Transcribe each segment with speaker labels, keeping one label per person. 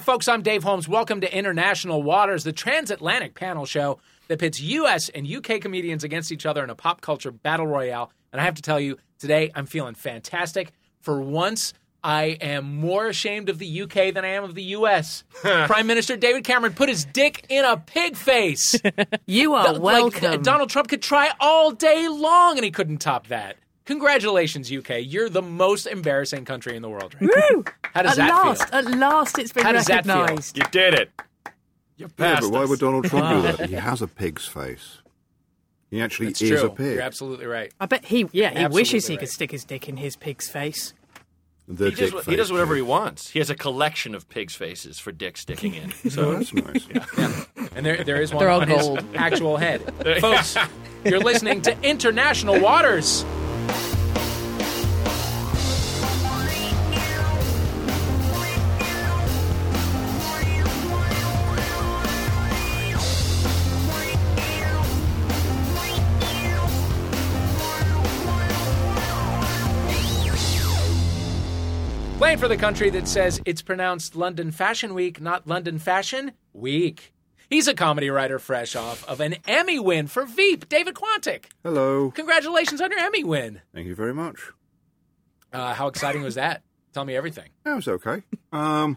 Speaker 1: folks. I'm Dave Holmes. Welcome to International Waters, the transatlantic panel show that pits U.S. and U.K. comedians against each other in a pop culture battle royale. And I have to tell you, today I'm feeling fantastic. For once, I am more ashamed of the U.K. than I am of the U.S. Prime Minister David Cameron put his dick in a pig face.
Speaker 2: You are
Speaker 1: Like,
Speaker 2: welcome.
Speaker 1: Donald Trump could try all day long, and he couldn't top that. Congratulations, UK. You're the most embarrassing country in the world. Right now. How does
Speaker 2: at
Speaker 1: that
Speaker 2: last,
Speaker 1: feel?
Speaker 2: at last, it's been
Speaker 1: How does that feel?
Speaker 2: recognised.
Speaker 3: You did it. You
Speaker 4: Yeah,
Speaker 3: passed
Speaker 4: but why
Speaker 3: us.
Speaker 4: would Donald Trump do that? He has a pig's face. He actually
Speaker 1: It's
Speaker 4: is
Speaker 1: true.
Speaker 4: a pig.
Speaker 1: You're absolutely right.
Speaker 2: I bet he, yeah, he
Speaker 1: Absolutely
Speaker 2: wishes he
Speaker 1: right.
Speaker 2: could stick his dick in his pig's face.
Speaker 4: The
Speaker 3: He does,
Speaker 4: dick
Speaker 3: wh- he does
Speaker 4: face
Speaker 3: whatever he
Speaker 4: pig.
Speaker 3: wants. He has a collection of pigs' faces for dick sticking in.
Speaker 4: Oh,
Speaker 3: So
Speaker 4: that's nice.
Speaker 1: And there, there is one
Speaker 2: They're all
Speaker 1: on his
Speaker 2: gold.
Speaker 1: actual head. Folks, you're listening to International Waters. Playing for the country that says it's pronounced London Fashion Week, not London Fashion Week. He's a comedy writer fresh off of an Emmy win for Veep, David Quantick.
Speaker 4: Hello.
Speaker 1: Congratulations on your Emmy win.
Speaker 4: Thank you very much.
Speaker 1: Uh, how exciting was that? Tell me everything.
Speaker 4: That was okay. Um,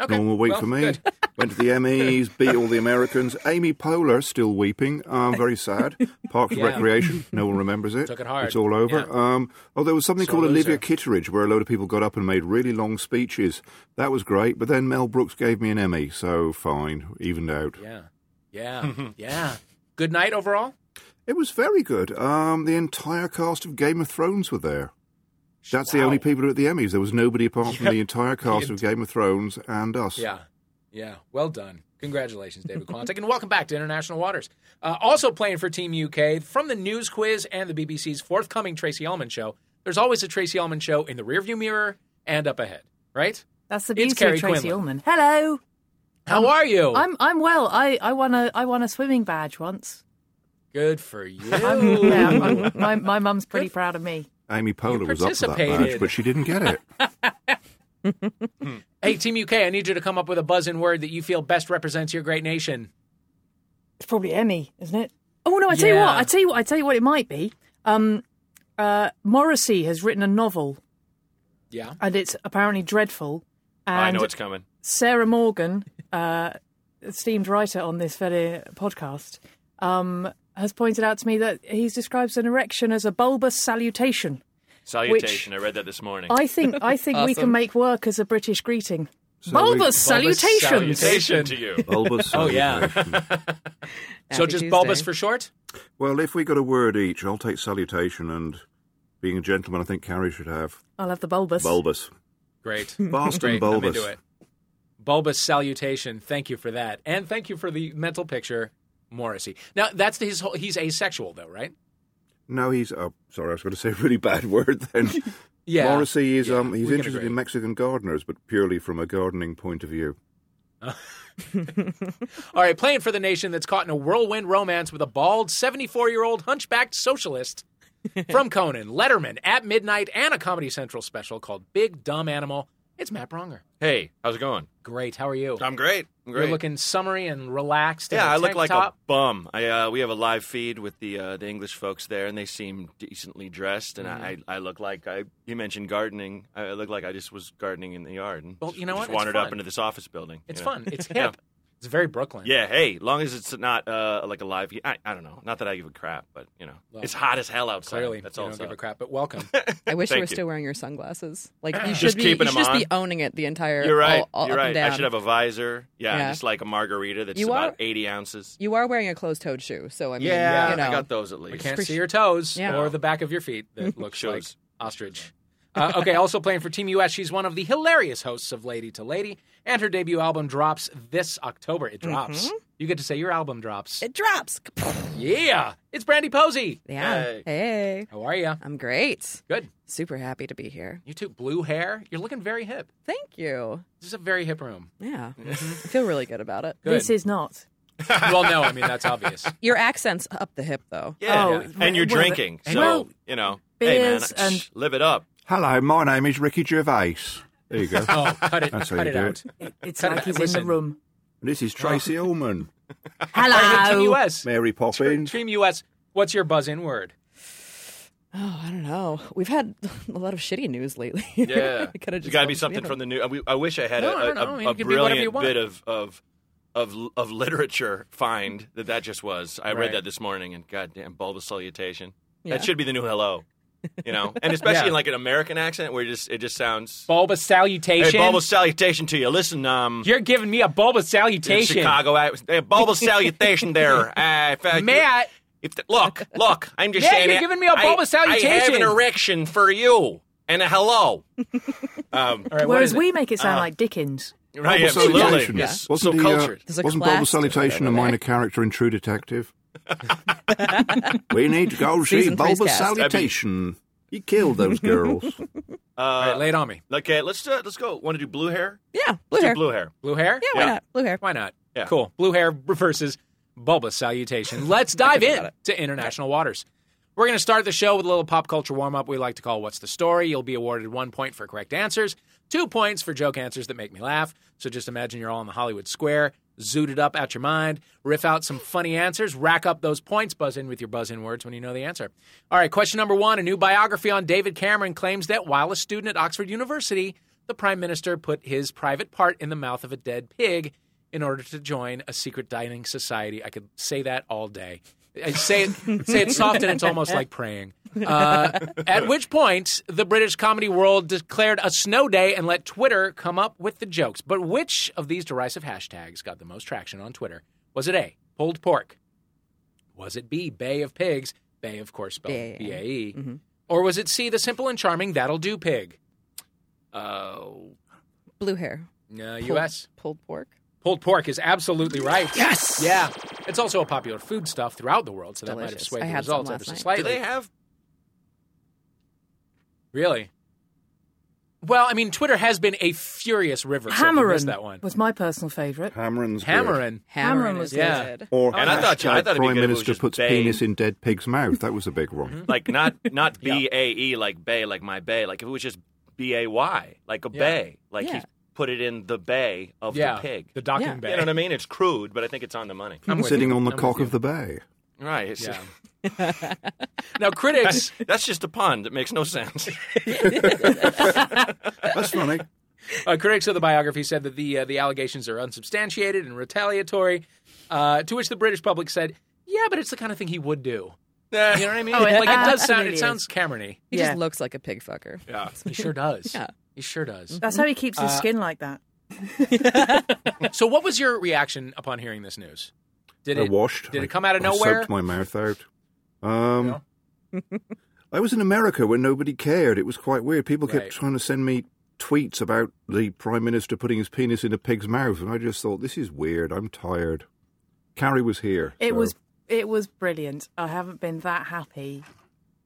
Speaker 1: Okay,
Speaker 4: Normal week
Speaker 1: well,
Speaker 4: for me.
Speaker 1: good.
Speaker 4: Went to the Emmys, beat all the Americans. Amy Poehler still weeping. Um, very sad. Parks
Speaker 1: Yeah.
Speaker 4: Recreation. No one remembers it.
Speaker 1: Took it hard.
Speaker 4: It's all over.
Speaker 1: Yeah.
Speaker 4: Um, oh, there was something
Speaker 1: Sore
Speaker 4: called
Speaker 1: loser.
Speaker 4: Olivia Kitteridge, where a load of people got up and made really long speeches. That was great. But then Mel Brooks gave me an Emmy, so fine, evened out.
Speaker 1: Yeah. Yeah. Yeah. Good night overall.
Speaker 4: It was very good. Um, the entire cast of Game of Thrones were there. That's the
Speaker 1: Wow.
Speaker 4: only people who were at the Emmys. There was nobody apart from
Speaker 1: Yep.
Speaker 4: the entire cast of Game of Thrones and us.
Speaker 1: Yeah. Yeah. Well done. Congratulations, David Quantick, and welcome back to International Waters. Uh, also playing for Team UK from the News Quiz and the BBC's forthcoming Tracy Ullman show. There's always a Tracy Ullman show in the rearview mirror and up ahead, right?
Speaker 2: That's the
Speaker 1: It's
Speaker 2: beauty
Speaker 1: Kerry
Speaker 2: of Tracy
Speaker 1: Quinlan.
Speaker 2: Ullman. Hello,
Speaker 1: How are you?
Speaker 2: I'm I'm well. I, I won a I won a swimming badge once.
Speaker 1: good for you.
Speaker 2: I'm, yeah, I'm- my my mum's pretty proud of me.
Speaker 4: Amy Poehler was up for that
Speaker 1: participated.
Speaker 4: badge, but she didn't get it.
Speaker 1: hey, Team UK, I need you to come up with a buzz in word that you feel best represents your great nation.
Speaker 2: It's probably Emmy, isn't it? Oh no! I tell you what.
Speaker 1: Yeah.
Speaker 2: I tell you what. I tell you what. It might be. Um, uh, Morrissey has written a novel,
Speaker 1: Yeah.
Speaker 2: and it's apparently dreadful. And
Speaker 3: I know it's coming.
Speaker 2: Sarah Morgan, uh, esteemed writer on this very podcast, um, has pointed out to me that he describes an erection as a bulbous salutation.
Speaker 3: Salutation. I read that this morning.
Speaker 2: I think I think we can Awesome. make work as a British greeting.
Speaker 4: So we-
Speaker 2: bulbous
Speaker 4: Bulbous
Speaker 2: salutations.
Speaker 3: Salutation to you.
Speaker 4: Bulbous.
Speaker 1: Oh, yeah.
Speaker 4: salutation.
Speaker 1: So just
Speaker 2: Tuesday.
Speaker 1: bulbous for short?
Speaker 4: well, if we got a word each, I'll take salutation and being a gentleman. I think Carrie should have
Speaker 2: I'll have the bulbous.
Speaker 4: bulbous.
Speaker 1: Great.
Speaker 4: Boston
Speaker 1: Great. I'm
Speaker 4: bulbous.
Speaker 1: into it. Bulbous salutation. Thank you for that, and thank you for the mental picture, Morrissey. Now that's the, his whole. He's asexual though, right?
Speaker 4: No, he's. Oh, sorry, I was going to say a really bad word then.
Speaker 1: Yeah.
Speaker 4: Morrissey is.
Speaker 1: Yeah,
Speaker 4: um, he's
Speaker 1: we can
Speaker 4: interested
Speaker 1: agree.
Speaker 4: in Mexican gardeners, but purely from a gardening point of view.
Speaker 1: All right, playing for the nation that's caught in a whirlwind romance with a bald, seventy-four-year-old hunchbacked socialist from Conan, Letterman, At Midnight, and a Comedy Central special called Big Dumb Animal. It's Matt Bronger.
Speaker 3: Hey, how's it going?
Speaker 1: Great. How are you?
Speaker 3: I'm great. I'm
Speaker 1: You're looking summery and relaxed. in
Speaker 3: Yeah,
Speaker 1: a
Speaker 3: I look
Speaker 1: tank
Speaker 3: like
Speaker 1: top.
Speaker 3: a bum. I uh, we have a live feed with the uh, the English folks there, and they seem decently dressed. And
Speaker 1: Mm.
Speaker 3: I, I look like I. You mentioned gardening. I I look like I just was gardening in the yard. And
Speaker 1: Well,
Speaker 3: just-
Speaker 1: you know what?
Speaker 3: just
Speaker 1: It's
Speaker 3: wandered
Speaker 1: fun.
Speaker 3: up into this office building.
Speaker 1: It's
Speaker 3: you know?
Speaker 1: fun. It's hip. It's very Brooklyn.
Speaker 3: Yeah. Hey, long as it's not uh, like a live. I, I don't know. Not that I give a crap, but you know,
Speaker 1: Well,
Speaker 3: it's hot as hell outside.
Speaker 1: Clearly,
Speaker 3: that's
Speaker 1: you
Speaker 3: all.
Speaker 1: don't
Speaker 3: it's
Speaker 1: give
Speaker 3: up.
Speaker 1: a crap. But welcome.
Speaker 5: I wish you
Speaker 3: Thank
Speaker 5: were
Speaker 3: you.
Speaker 5: still wearing your sunglasses. Like you should
Speaker 3: Just
Speaker 5: be,
Speaker 3: keeping
Speaker 5: you
Speaker 3: them
Speaker 5: should just be
Speaker 3: on.
Speaker 5: owning it the entire.
Speaker 3: You're right.
Speaker 5: All, all
Speaker 3: You're
Speaker 5: up
Speaker 3: right.
Speaker 5: and down.
Speaker 3: I should have a visor. Yeah,
Speaker 5: Yeah.
Speaker 3: just like a margarita that's
Speaker 5: You
Speaker 3: about
Speaker 5: are-
Speaker 3: 80 ounces.
Speaker 5: You are wearing a closed-toed shoe, so I mean,
Speaker 3: yeah,
Speaker 5: you know.
Speaker 3: I got those at
Speaker 1: We
Speaker 3: least.
Speaker 1: can't see your toes
Speaker 5: Yeah.
Speaker 1: or the back of your feet that looks like
Speaker 3: Shows.
Speaker 1: ostrich. Uh, okay, also playing for Team US, she's one of the hilarious hosts of Lady to Lady, and her debut album drops this October. It drops.
Speaker 2: Mm-hmm.
Speaker 1: You get to say your album drops.
Speaker 5: It drops.
Speaker 1: yeah, it's Brandy Posey.
Speaker 5: Yeah.
Speaker 3: Hey.
Speaker 5: Hey.
Speaker 1: How are you?
Speaker 5: I'm great.
Speaker 1: Good.
Speaker 5: Super happy to be here.
Speaker 1: You too. Blue hair. You're looking very hip.
Speaker 5: Thank you.
Speaker 1: This is a very hip room.
Speaker 5: Yeah.
Speaker 3: Mm-hmm.
Speaker 5: I feel really good about it.
Speaker 1: Good.
Speaker 2: This is not.
Speaker 1: well, no, I mean that's obvious.
Speaker 5: Your accent's up the hip, though.
Speaker 3: Yeah,
Speaker 2: Oh,
Speaker 3: yeah. and you're
Speaker 2: well,
Speaker 3: drinking,
Speaker 2: and-
Speaker 3: so
Speaker 2: well,
Speaker 3: you know, hey man,
Speaker 2: beers and-
Speaker 3: live it up.
Speaker 4: Hello, my name is Ricky Gervais. There you go.
Speaker 1: Oh, cut it,
Speaker 4: That's how
Speaker 1: cut it
Speaker 4: you do
Speaker 1: out.
Speaker 2: It's
Speaker 1: Cut it
Speaker 2: like
Speaker 1: out.
Speaker 2: he's in
Speaker 1: Listen.
Speaker 2: the room.
Speaker 4: This is Tracy Ullman,
Speaker 1: Hey, Team
Speaker 2: Hello.
Speaker 1: US.
Speaker 4: Mary Poppins.
Speaker 1: Team US, what's your buzz in word?
Speaker 5: Oh, I don't know. We've had a lot of shitty news lately.
Speaker 3: Yeah,
Speaker 5: It coulda
Speaker 3: there's
Speaker 5: just
Speaker 3: got to be
Speaker 5: gone-
Speaker 3: something
Speaker 5: yeah.
Speaker 3: from the new. I, we- I wish I had
Speaker 1: No, no,
Speaker 3: a,
Speaker 1: no,
Speaker 3: a,
Speaker 1: it
Speaker 3: a
Speaker 1: could be whatever you
Speaker 3: brilliant
Speaker 1: want.
Speaker 3: bit of of of of literature find that that just was. I
Speaker 1: Right.
Speaker 3: read that this morning, and goddamn bulbous salutation.
Speaker 5: Yeah.
Speaker 3: That should be the new hello, you know, and especially
Speaker 1: Yeah.
Speaker 3: in like an American accent where it just it just sounds.
Speaker 1: Bulbous
Speaker 3: Hey,
Speaker 1: salutation.
Speaker 3: bulbous salutation to you. Listen, um,
Speaker 1: You're giving me a bulbous
Speaker 3: in
Speaker 1: salutation.
Speaker 3: Chicago, I, hey, bulbous salutation there, uh, if, uh,
Speaker 1: Matt,
Speaker 3: If the, look, look, I'm just
Speaker 1: Yeah,
Speaker 3: saying.
Speaker 1: you're
Speaker 3: it.
Speaker 1: giving me a
Speaker 3: I-
Speaker 1: bulbous
Speaker 3: I have an
Speaker 1: salutation.
Speaker 3: erection for you and a hello. um,
Speaker 1: All right, what
Speaker 2: Whereas
Speaker 1: is it? Ah.
Speaker 2: we make it sound like Dickens.
Speaker 3: right,
Speaker 4: Bulbous
Speaker 3: absolutely.
Speaker 4: salutation.
Speaker 3: Yes.
Speaker 4: Wasn't
Speaker 3: so
Speaker 4: the, uh,
Speaker 3: cultured.
Speaker 5: There's a
Speaker 4: wasn't Bulbous
Speaker 5: class to it
Speaker 4: Salutation a
Speaker 5: over there.
Speaker 4: minor character in True Detective? we need to go see
Speaker 5: Season three's
Speaker 4: Bulbous
Speaker 5: cast. I mean-
Speaker 4: Salutation. He killed those girls.
Speaker 1: All right, Uh, lay it on me.
Speaker 3: Uh, Okay, let's do, let's go. Want to do blue hair?
Speaker 5: Yeah, blue
Speaker 3: Let's
Speaker 5: hair.
Speaker 3: do blue hair.
Speaker 1: Blue hair?
Speaker 5: Yeah, why
Speaker 3: Yeah.
Speaker 5: not? Blue hair.
Speaker 1: Why not?
Speaker 3: Yeah.
Speaker 1: Cool. Blue hair versus bulbous salutation. Let's dive in to international waters. We're going to start the show with a little pop culture warm up we like to call What's the Story. You'll be awarded one point for correct answers, two points for joke answers that make me laugh. So just imagine you're all in the Hollywood Square, zooted up out your mind, riff out some funny answers, rack up those points, buzz in with your buzz in words when you know the answer. All right, question number one A new biography on David Cameron claims that while a student at Oxford University, the prime minister put his private part in the mouth of a dead pig in order to join a secret dining society. I could say that all day. I say it, say it soft, and it's almost like praying. Uh, at which point, the British comedy world declared a snow day and let Twitter come up with the jokes. But which of these derisive hashtags got the most traction on Twitter? Was it A, pulled pork? Was it B, Bay of Pigs? Bay, of course, spelled
Speaker 5: Yeah, yeah,
Speaker 1: B
Speaker 5: yeah.
Speaker 1: A E. Or was it C, the simple and charming That'll Do Pig?
Speaker 3: Oh,
Speaker 5: Blue hair.
Speaker 1: Uh,
Speaker 5: Pulled-
Speaker 1: U.S.
Speaker 5: pulled pork.
Speaker 1: Pulled pork is absolutely right.
Speaker 5: Yes!
Speaker 1: Yeah. It's also a popular food stuff throughout the world, so that might have
Speaker 5: Delicious.
Speaker 1: swayed
Speaker 5: I
Speaker 1: the
Speaker 5: had some
Speaker 1: results
Speaker 5: last
Speaker 1: ever so
Speaker 5: night.
Speaker 1: slightly.
Speaker 3: do they have?
Speaker 1: really? Well, I mean, Twitter has been a furious river. So if you missed
Speaker 2: Hammerin
Speaker 1: that one.
Speaker 2: was my personal favourite.
Speaker 4: Hammering's good.
Speaker 1: Hammerin.
Speaker 5: Hammer
Speaker 2: was
Speaker 1: yeah.
Speaker 5: good.
Speaker 4: Or
Speaker 3: Oh, And I thought-
Speaker 4: hashtag
Speaker 3: I thought it'd be
Speaker 4: Prime
Speaker 3: good if it was
Speaker 4: Minister
Speaker 3: just Mm-hmm.
Speaker 4: puts
Speaker 3: bang.
Speaker 4: penis in dead pig's mouth. That was a big wrong.
Speaker 3: Like not not B
Speaker 1: Yeah.
Speaker 3: A E like bay like my bay. Like if it was just B A Y like a
Speaker 1: Yeah.
Speaker 3: bay. Like
Speaker 5: Yeah.
Speaker 3: he put it in the bay of
Speaker 1: yeah.
Speaker 3: the pig.
Speaker 1: The docking
Speaker 5: Yeah.
Speaker 1: bay.
Speaker 3: You know what I mean? It's crude, but I think it's on the money.
Speaker 1: I'm with
Speaker 4: Sitting
Speaker 1: you.
Speaker 4: on the
Speaker 1: I'm
Speaker 4: cock
Speaker 1: with
Speaker 4: of the bay.
Speaker 3: All Right. it's-
Speaker 1: Yeah. now, critics.
Speaker 3: That's just a pun that makes no sense.
Speaker 4: That's funny.
Speaker 1: Uh, critics of the biography said that the uh, the allegations are unsubstantiated and retaliatory. Uh, to which the British public said, "Yeah, but it's the kind of thing he would do." You know what I
Speaker 5: Oh,
Speaker 1: mean? like it does sound.
Speaker 2: absolutely
Speaker 1: It
Speaker 2: is.
Speaker 1: sounds Camerony.
Speaker 5: He
Speaker 2: Yeah.
Speaker 5: just looks like a pig fucker.
Speaker 3: yeah.
Speaker 1: He sure does.
Speaker 5: Yeah.
Speaker 1: He sure does.
Speaker 2: That's how he keeps
Speaker 1: Uh,
Speaker 2: his skin like that.
Speaker 1: so, what was your reaction upon hearing this news? Did
Speaker 4: I
Speaker 1: it
Speaker 4: washed.
Speaker 1: Did
Speaker 4: I-
Speaker 1: it come out of
Speaker 4: I
Speaker 1: nowhere?
Speaker 4: soaked my mouth out. Um, I was in America when nobody cared. It was quite weird. People kept
Speaker 1: Right.
Speaker 4: trying to send me tweets about the prime minister putting his penis in a pig's mouth, and I just thought this is weird. I'm tired. Carrie was here.
Speaker 2: It
Speaker 4: so-
Speaker 2: was it was brilliant. I haven't been that happy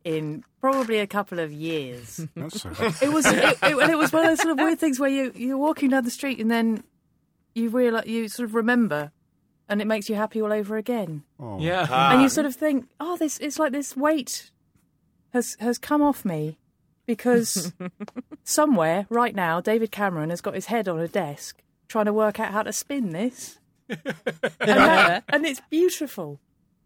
Speaker 2: in probably a couple of years.
Speaker 4: That's
Speaker 2: It was it, it, and it was one of those sort of weird things where you you're walking down the street and then you realize you sort of remember, and it makes you happy all over again.
Speaker 4: Oh.
Speaker 1: Yeah.
Speaker 4: Uh,
Speaker 3: Ah.
Speaker 2: and you sort of think, oh, this it's like this weight has has come off me because somewhere right now David Cameron has got his head on a desk trying to work out how to spin this, and, that- and it's beautiful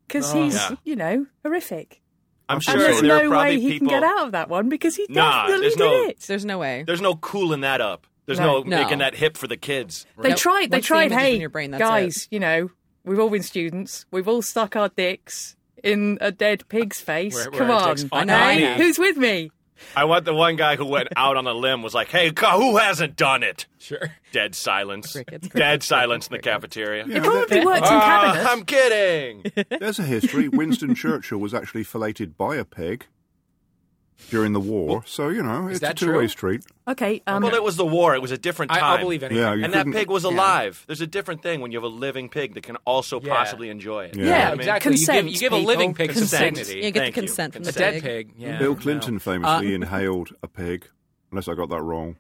Speaker 2: because he's
Speaker 3: Oh, Yeah.
Speaker 2: you know horrific.
Speaker 3: I'm
Speaker 2: And
Speaker 3: sure
Speaker 2: there's
Speaker 3: there are
Speaker 2: no
Speaker 3: probably
Speaker 2: way he
Speaker 3: people.
Speaker 2: can get out of that one because he
Speaker 3: Nah,
Speaker 2: definitely
Speaker 3: there's
Speaker 2: did
Speaker 3: no-
Speaker 2: it.
Speaker 5: There's no way.
Speaker 3: There's no cooling that up. There's no,
Speaker 2: No.
Speaker 5: No.
Speaker 3: making that hip for the kids.
Speaker 2: They
Speaker 5: Nope.
Speaker 2: tried. They
Speaker 5: Once the
Speaker 2: tried.
Speaker 5: image is
Speaker 2: Hey,
Speaker 5: in your brain, that's
Speaker 2: guys, you know, we've all been students. We've all stuck our dicks in a dead pig's face.
Speaker 1: Where- where
Speaker 2: Come
Speaker 1: our
Speaker 2: on,
Speaker 1: dicks find
Speaker 5: their
Speaker 2: Hey,
Speaker 5: knees.
Speaker 2: who's with me?
Speaker 3: I want the one guy who went out on a limb was like, "Hey, co- who hasn't done it?"
Speaker 1: Sure.
Speaker 3: Dead silence.
Speaker 5: Crickets,
Speaker 3: Dead
Speaker 5: crickets,
Speaker 3: silence in the
Speaker 5: crickets,
Speaker 3: cafeteria.
Speaker 2: It probably worked
Speaker 1: Uh,
Speaker 2: in
Speaker 3: Ah,
Speaker 2: cabinet.
Speaker 3: I'm kidding.
Speaker 4: There's a history. Winston Churchill was actually filleted by a pig during the war, so you know it's
Speaker 1: that
Speaker 4: a two-way
Speaker 1: true?
Speaker 4: street.
Speaker 2: Okay. Um,
Speaker 3: well, it was the war. It was a different time.
Speaker 1: I, I'll believe anything.
Speaker 4: Yeah, you
Speaker 3: And that
Speaker 4: couldn't-
Speaker 3: pig was alive. There's a different thing when you have a living pig that can also
Speaker 1: Yeah.
Speaker 3: possibly enjoy it.
Speaker 4: Yeah.
Speaker 3: You know what
Speaker 1: Yeah,
Speaker 3: I mean?
Speaker 1: exactly. you give,
Speaker 2: Consent,
Speaker 1: you give a living
Speaker 2: people.
Speaker 1: pig some
Speaker 3: Consent.
Speaker 1: dignity.
Speaker 5: You get
Speaker 3: Thank
Speaker 5: the
Speaker 3: you.
Speaker 5: consent from
Speaker 1: A
Speaker 5: the
Speaker 3: Consent.
Speaker 1: dead
Speaker 5: pig.
Speaker 1: pig. Yeah.
Speaker 3: uh,
Speaker 4: Bill Clinton
Speaker 1: No.
Speaker 4: famously inhaled a pig, unless I got that wrong.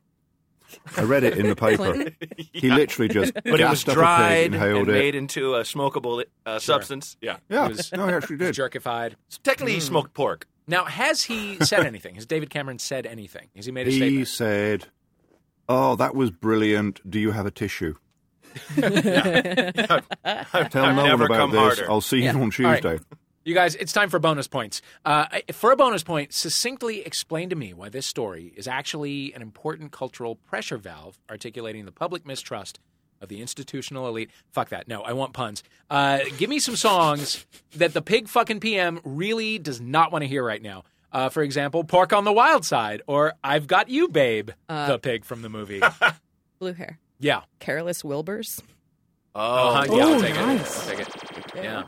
Speaker 4: I read it in the paper. He literally just
Speaker 3: But it was
Speaker 4: gassed up a pig,
Speaker 3: dried
Speaker 4: inhaled
Speaker 3: and
Speaker 4: it.
Speaker 3: made into a smokable uh, substance. Yeah.
Speaker 4: yeah,
Speaker 1: it was-
Speaker 4: no, he actually did.
Speaker 1: Jerkified.
Speaker 3: So technically,
Speaker 4: Mm.
Speaker 3: he smoked pork.
Speaker 1: Now, has he said anything? Has David Cameron said anything? Has he made a
Speaker 4: He
Speaker 1: statement?
Speaker 4: said, Oh, that was brilliant. Do you have a tissue? Tell
Speaker 3: I've
Speaker 4: no one
Speaker 3: never
Speaker 4: about
Speaker 3: come
Speaker 4: this.
Speaker 3: harder.
Speaker 4: I'll see you on
Speaker 1: right.
Speaker 4: Tuesday.
Speaker 1: You guys, it's time for bonus points. Uh, for a bonus point, succinctly explain to me why this story is actually an important cultural pressure valve articulating the public mistrust of the institutional elite. Fuck that. No, I want puns. Uh, give me some songs that the pig fucking PM really does not want to hear right now. Uh, for example, Pork on the Wild Side or I've Got You, Babe, the pig from the movie.
Speaker 5: Blue hair.
Speaker 1: yeah.
Speaker 5: Careless Wilburs.
Speaker 3: Oh,
Speaker 1: Uh-huh, yeah, I'll
Speaker 2: Ooh,
Speaker 1: take
Speaker 2: nice.
Speaker 1: it. I'll take it. Yeah.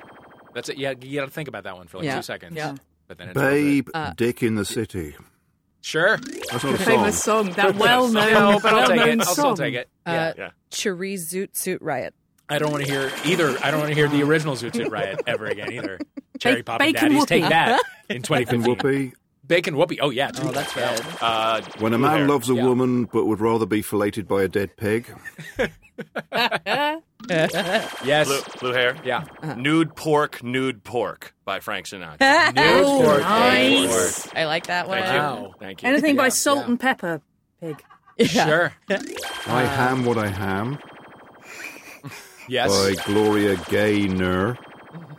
Speaker 1: That's it. Yeah, you got to think about that one for like
Speaker 5: Yeah.
Speaker 1: two seconds.
Speaker 5: Yeah.
Speaker 1: But then it's over.
Speaker 4: Babe,
Speaker 3: Uh,
Speaker 4: Dick in the City.
Speaker 1: Sure.
Speaker 4: That's not a song.
Speaker 2: Famous song, that well known,
Speaker 1: No, but I'll
Speaker 2: well
Speaker 1: take it.
Speaker 2: known
Speaker 1: I'll
Speaker 2: song.
Speaker 1: still take it.
Speaker 5: Uh,
Speaker 1: yeah.
Speaker 3: yeah.
Speaker 5: Cherie Zoot Suit Riot.
Speaker 1: I don't want to hear either. I don't want to hear the original Zoot Suit Riot ever again either. Cherry Pop and
Speaker 2: Bacon
Speaker 1: Daddies,
Speaker 2: Whoopie.
Speaker 1: take that in
Speaker 4: Bacon
Speaker 1: 2015.
Speaker 4: Whoopie.
Speaker 1: Bacon Whoopie. Oh yeah,
Speaker 5: Oh, that's right.
Speaker 3: Uh,
Speaker 4: When a
Speaker 3: blue
Speaker 4: man
Speaker 3: hair.
Speaker 4: loves a
Speaker 1: Yeah.
Speaker 4: woman but would rather be filleted by a dead pig.
Speaker 1: yes,
Speaker 3: blue, blue hair,
Speaker 1: yeah.
Speaker 3: nude pork, nude pork by Frank Sinatra.
Speaker 1: Nude pork.
Speaker 2: nice.
Speaker 5: I like that one.
Speaker 3: Thank
Speaker 1: Wow.
Speaker 3: you. Thank you.
Speaker 2: Anything
Speaker 1: Yeah,
Speaker 2: by Salt
Speaker 1: yeah.
Speaker 2: and Pepper Pig.
Speaker 5: Yeah.
Speaker 1: Sure.
Speaker 4: I
Speaker 3: Uh.
Speaker 4: ham what I ham
Speaker 1: Yes.
Speaker 4: by Gloria Gaynor.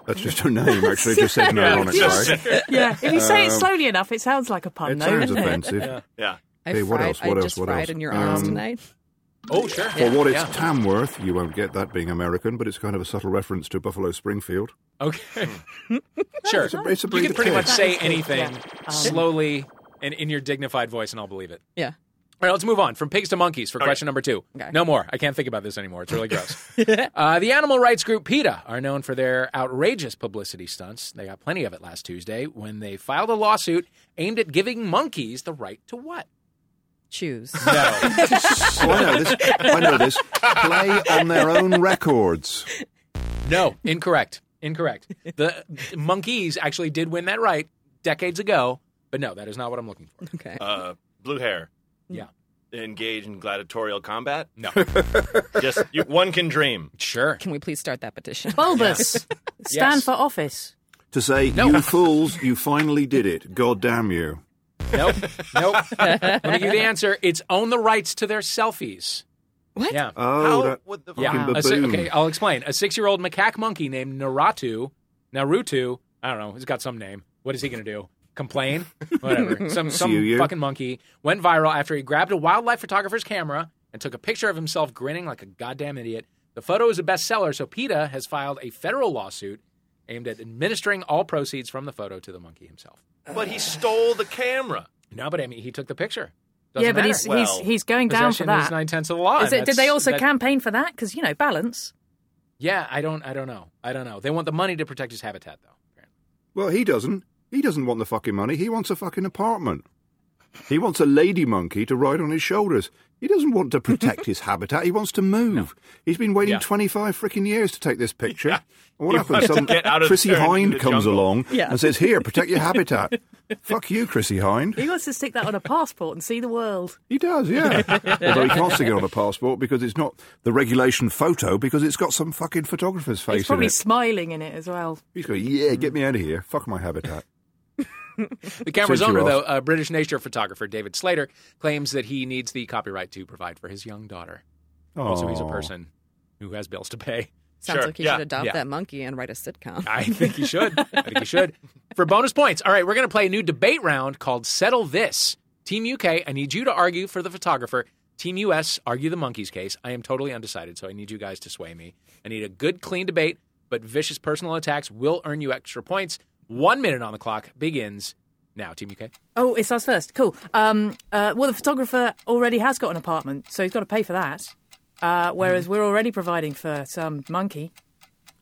Speaker 4: That's just her name, actually. Just said no on it, sorry. Um,
Speaker 2: Yeah, if you say it slowly enough, it sounds like a pun,
Speaker 4: It
Speaker 2: though,
Speaker 4: sounds
Speaker 2: doesn't it?
Speaker 4: offensive.
Speaker 3: Yeah.
Speaker 5: I
Speaker 4: Hey, what
Speaker 5: fried,
Speaker 4: else? What
Speaker 5: I
Speaker 4: else?
Speaker 5: just
Speaker 4: What
Speaker 5: fried
Speaker 4: else?
Speaker 5: in your arms
Speaker 4: Um,
Speaker 5: tonight.
Speaker 1: oh sure.
Speaker 4: For what it's
Speaker 1: Yeah.
Speaker 4: Tamworth, you won't get that being American, but it's kind of a subtle reference to Buffalo Springfield.
Speaker 1: Okay. sure.
Speaker 2: Hmm.
Speaker 4: It's a- it's a
Speaker 1: you can
Speaker 4: breed
Speaker 1: pretty
Speaker 4: of
Speaker 1: much
Speaker 4: pig.
Speaker 1: say
Speaker 2: That is good,
Speaker 1: anything
Speaker 2: yeah. Um,
Speaker 1: slowly and in your dignified voice, and I'll believe it.
Speaker 5: Yeah.
Speaker 1: All right, let's move on from pigs to monkeys for question number two.
Speaker 5: Okay.
Speaker 1: No more. I can't think about this anymore. It's really gross. uh, the animal rights group PETA are known for their outrageous publicity stunts. They got plenty of it last Tuesday when they filed a lawsuit aimed at giving monkeys the right to what?
Speaker 5: Choose.
Speaker 1: No.
Speaker 4: Oh, I know this. I know this. Play on their own records.
Speaker 1: no. Incorrect. Incorrect. The monkeys actually did win that right decades ago, but no, that is not what I'm looking for.
Speaker 5: Okay.
Speaker 3: Uh, blue hair,
Speaker 1: Yeah.
Speaker 3: engage in gladiatorial combat.
Speaker 1: No.
Speaker 3: Just you, one can dream.
Speaker 1: Sure.
Speaker 5: Can we please start that petition?
Speaker 2: Bulbous. Stand
Speaker 1: Yes.
Speaker 2: for office.
Speaker 4: To say, you fools, you finally did it. God damn you.
Speaker 1: Nope. Nope. Let me give you the answer. It's own the rights to their selfies.
Speaker 5: What?
Speaker 1: Yeah.
Speaker 4: Oh,
Speaker 3: How
Speaker 4: that
Speaker 3: would the
Speaker 1: Yeah.
Speaker 4: fucking
Speaker 1: A si-
Speaker 4: baboon.
Speaker 1: okay, I'll explain. A six year old macaque monkey named Naruto. Naruto, I don't know, he's got some name. What is he going to do? Complain? Whatever. Some, some
Speaker 4: you.
Speaker 1: fucking monkey went viral after he grabbed a wildlife photographer's camera and took a picture of himself grinning like a goddamn idiot. The photo is a bestseller, so PETA has filed a federal lawsuit aimed at administering all proceeds from the photo to the monkey himself.
Speaker 3: But he stole the camera.
Speaker 1: No, but I mean, he took the picture. Doesn't
Speaker 2: yeah, but
Speaker 1: matter.
Speaker 2: he's,
Speaker 3: Well,
Speaker 2: he's he's going down for
Speaker 1: Possession is
Speaker 2: that.
Speaker 1: nine tenths of the law.
Speaker 2: Is it,
Speaker 1: and
Speaker 2: did they
Speaker 1: that's-
Speaker 2: also
Speaker 1: that-
Speaker 2: campaign for that? Because you know, balance.
Speaker 1: Yeah, I don't, I don't know, I don't know. They want the money to protect his habitat, though. apparently.
Speaker 4: Well, he doesn't. He doesn't want the fucking money. He wants a fucking apartment. He wants a lady monkey to ride on his shoulders. He doesn't want to protect his habitat. He wants to move. He's been waiting
Speaker 1: Yeah.
Speaker 4: 25 freaking years to take this picture. And what
Speaker 3: He
Speaker 4: happens?
Speaker 3: wants to
Speaker 4: Some
Speaker 3: get out of
Speaker 4: Chrissy
Speaker 3: there and into
Speaker 4: Hind
Speaker 3: the
Speaker 4: comes
Speaker 3: jungle.
Speaker 4: along
Speaker 5: Yeah.
Speaker 4: and says, Here, protect your habitat. Fuck you, Chrissy Hind.
Speaker 2: He wants to stick that on a passport and see the world.
Speaker 4: He does, yeah. Although he can't stick it on a passport because it's not the regulation photo because it's got some fucking photographer's face
Speaker 2: He's
Speaker 4: in
Speaker 2: probably
Speaker 4: it.
Speaker 2: smiling in it as well.
Speaker 4: He's going, Yeah, get me out of here. Fuck my habitat.
Speaker 1: The camera's
Speaker 4: Since you
Speaker 1: owner, though,
Speaker 4: asked.
Speaker 1: uh, British nature photographer David Slater, claims that he needs the copyright to provide for his young daughter. Also, he's a
Speaker 4: Aw.
Speaker 1: person who has bills to pay.
Speaker 5: Sounds
Speaker 3: Sure.
Speaker 5: like you
Speaker 3: Yeah.
Speaker 5: should adopt
Speaker 1: Yeah.
Speaker 5: that monkey and write a sitcom.
Speaker 1: I think he should. I think he should. For bonus points, all right, we're going to play a new debate round called Settle This. Team UK, I need you to argue for the photographer. Team US, argue the monkey's case. I am totally undecided, so I need you guys to sway me. I need a good, clean debate, but vicious personal attacks will earn you extra points. One minute on the clock begins now, Team UK.
Speaker 2: Oh, it's us first. Cool. Um, uh, well, the photographer already has got an apartment, so he's got to pay for that. Uh, whereas we're already providing for some monkey.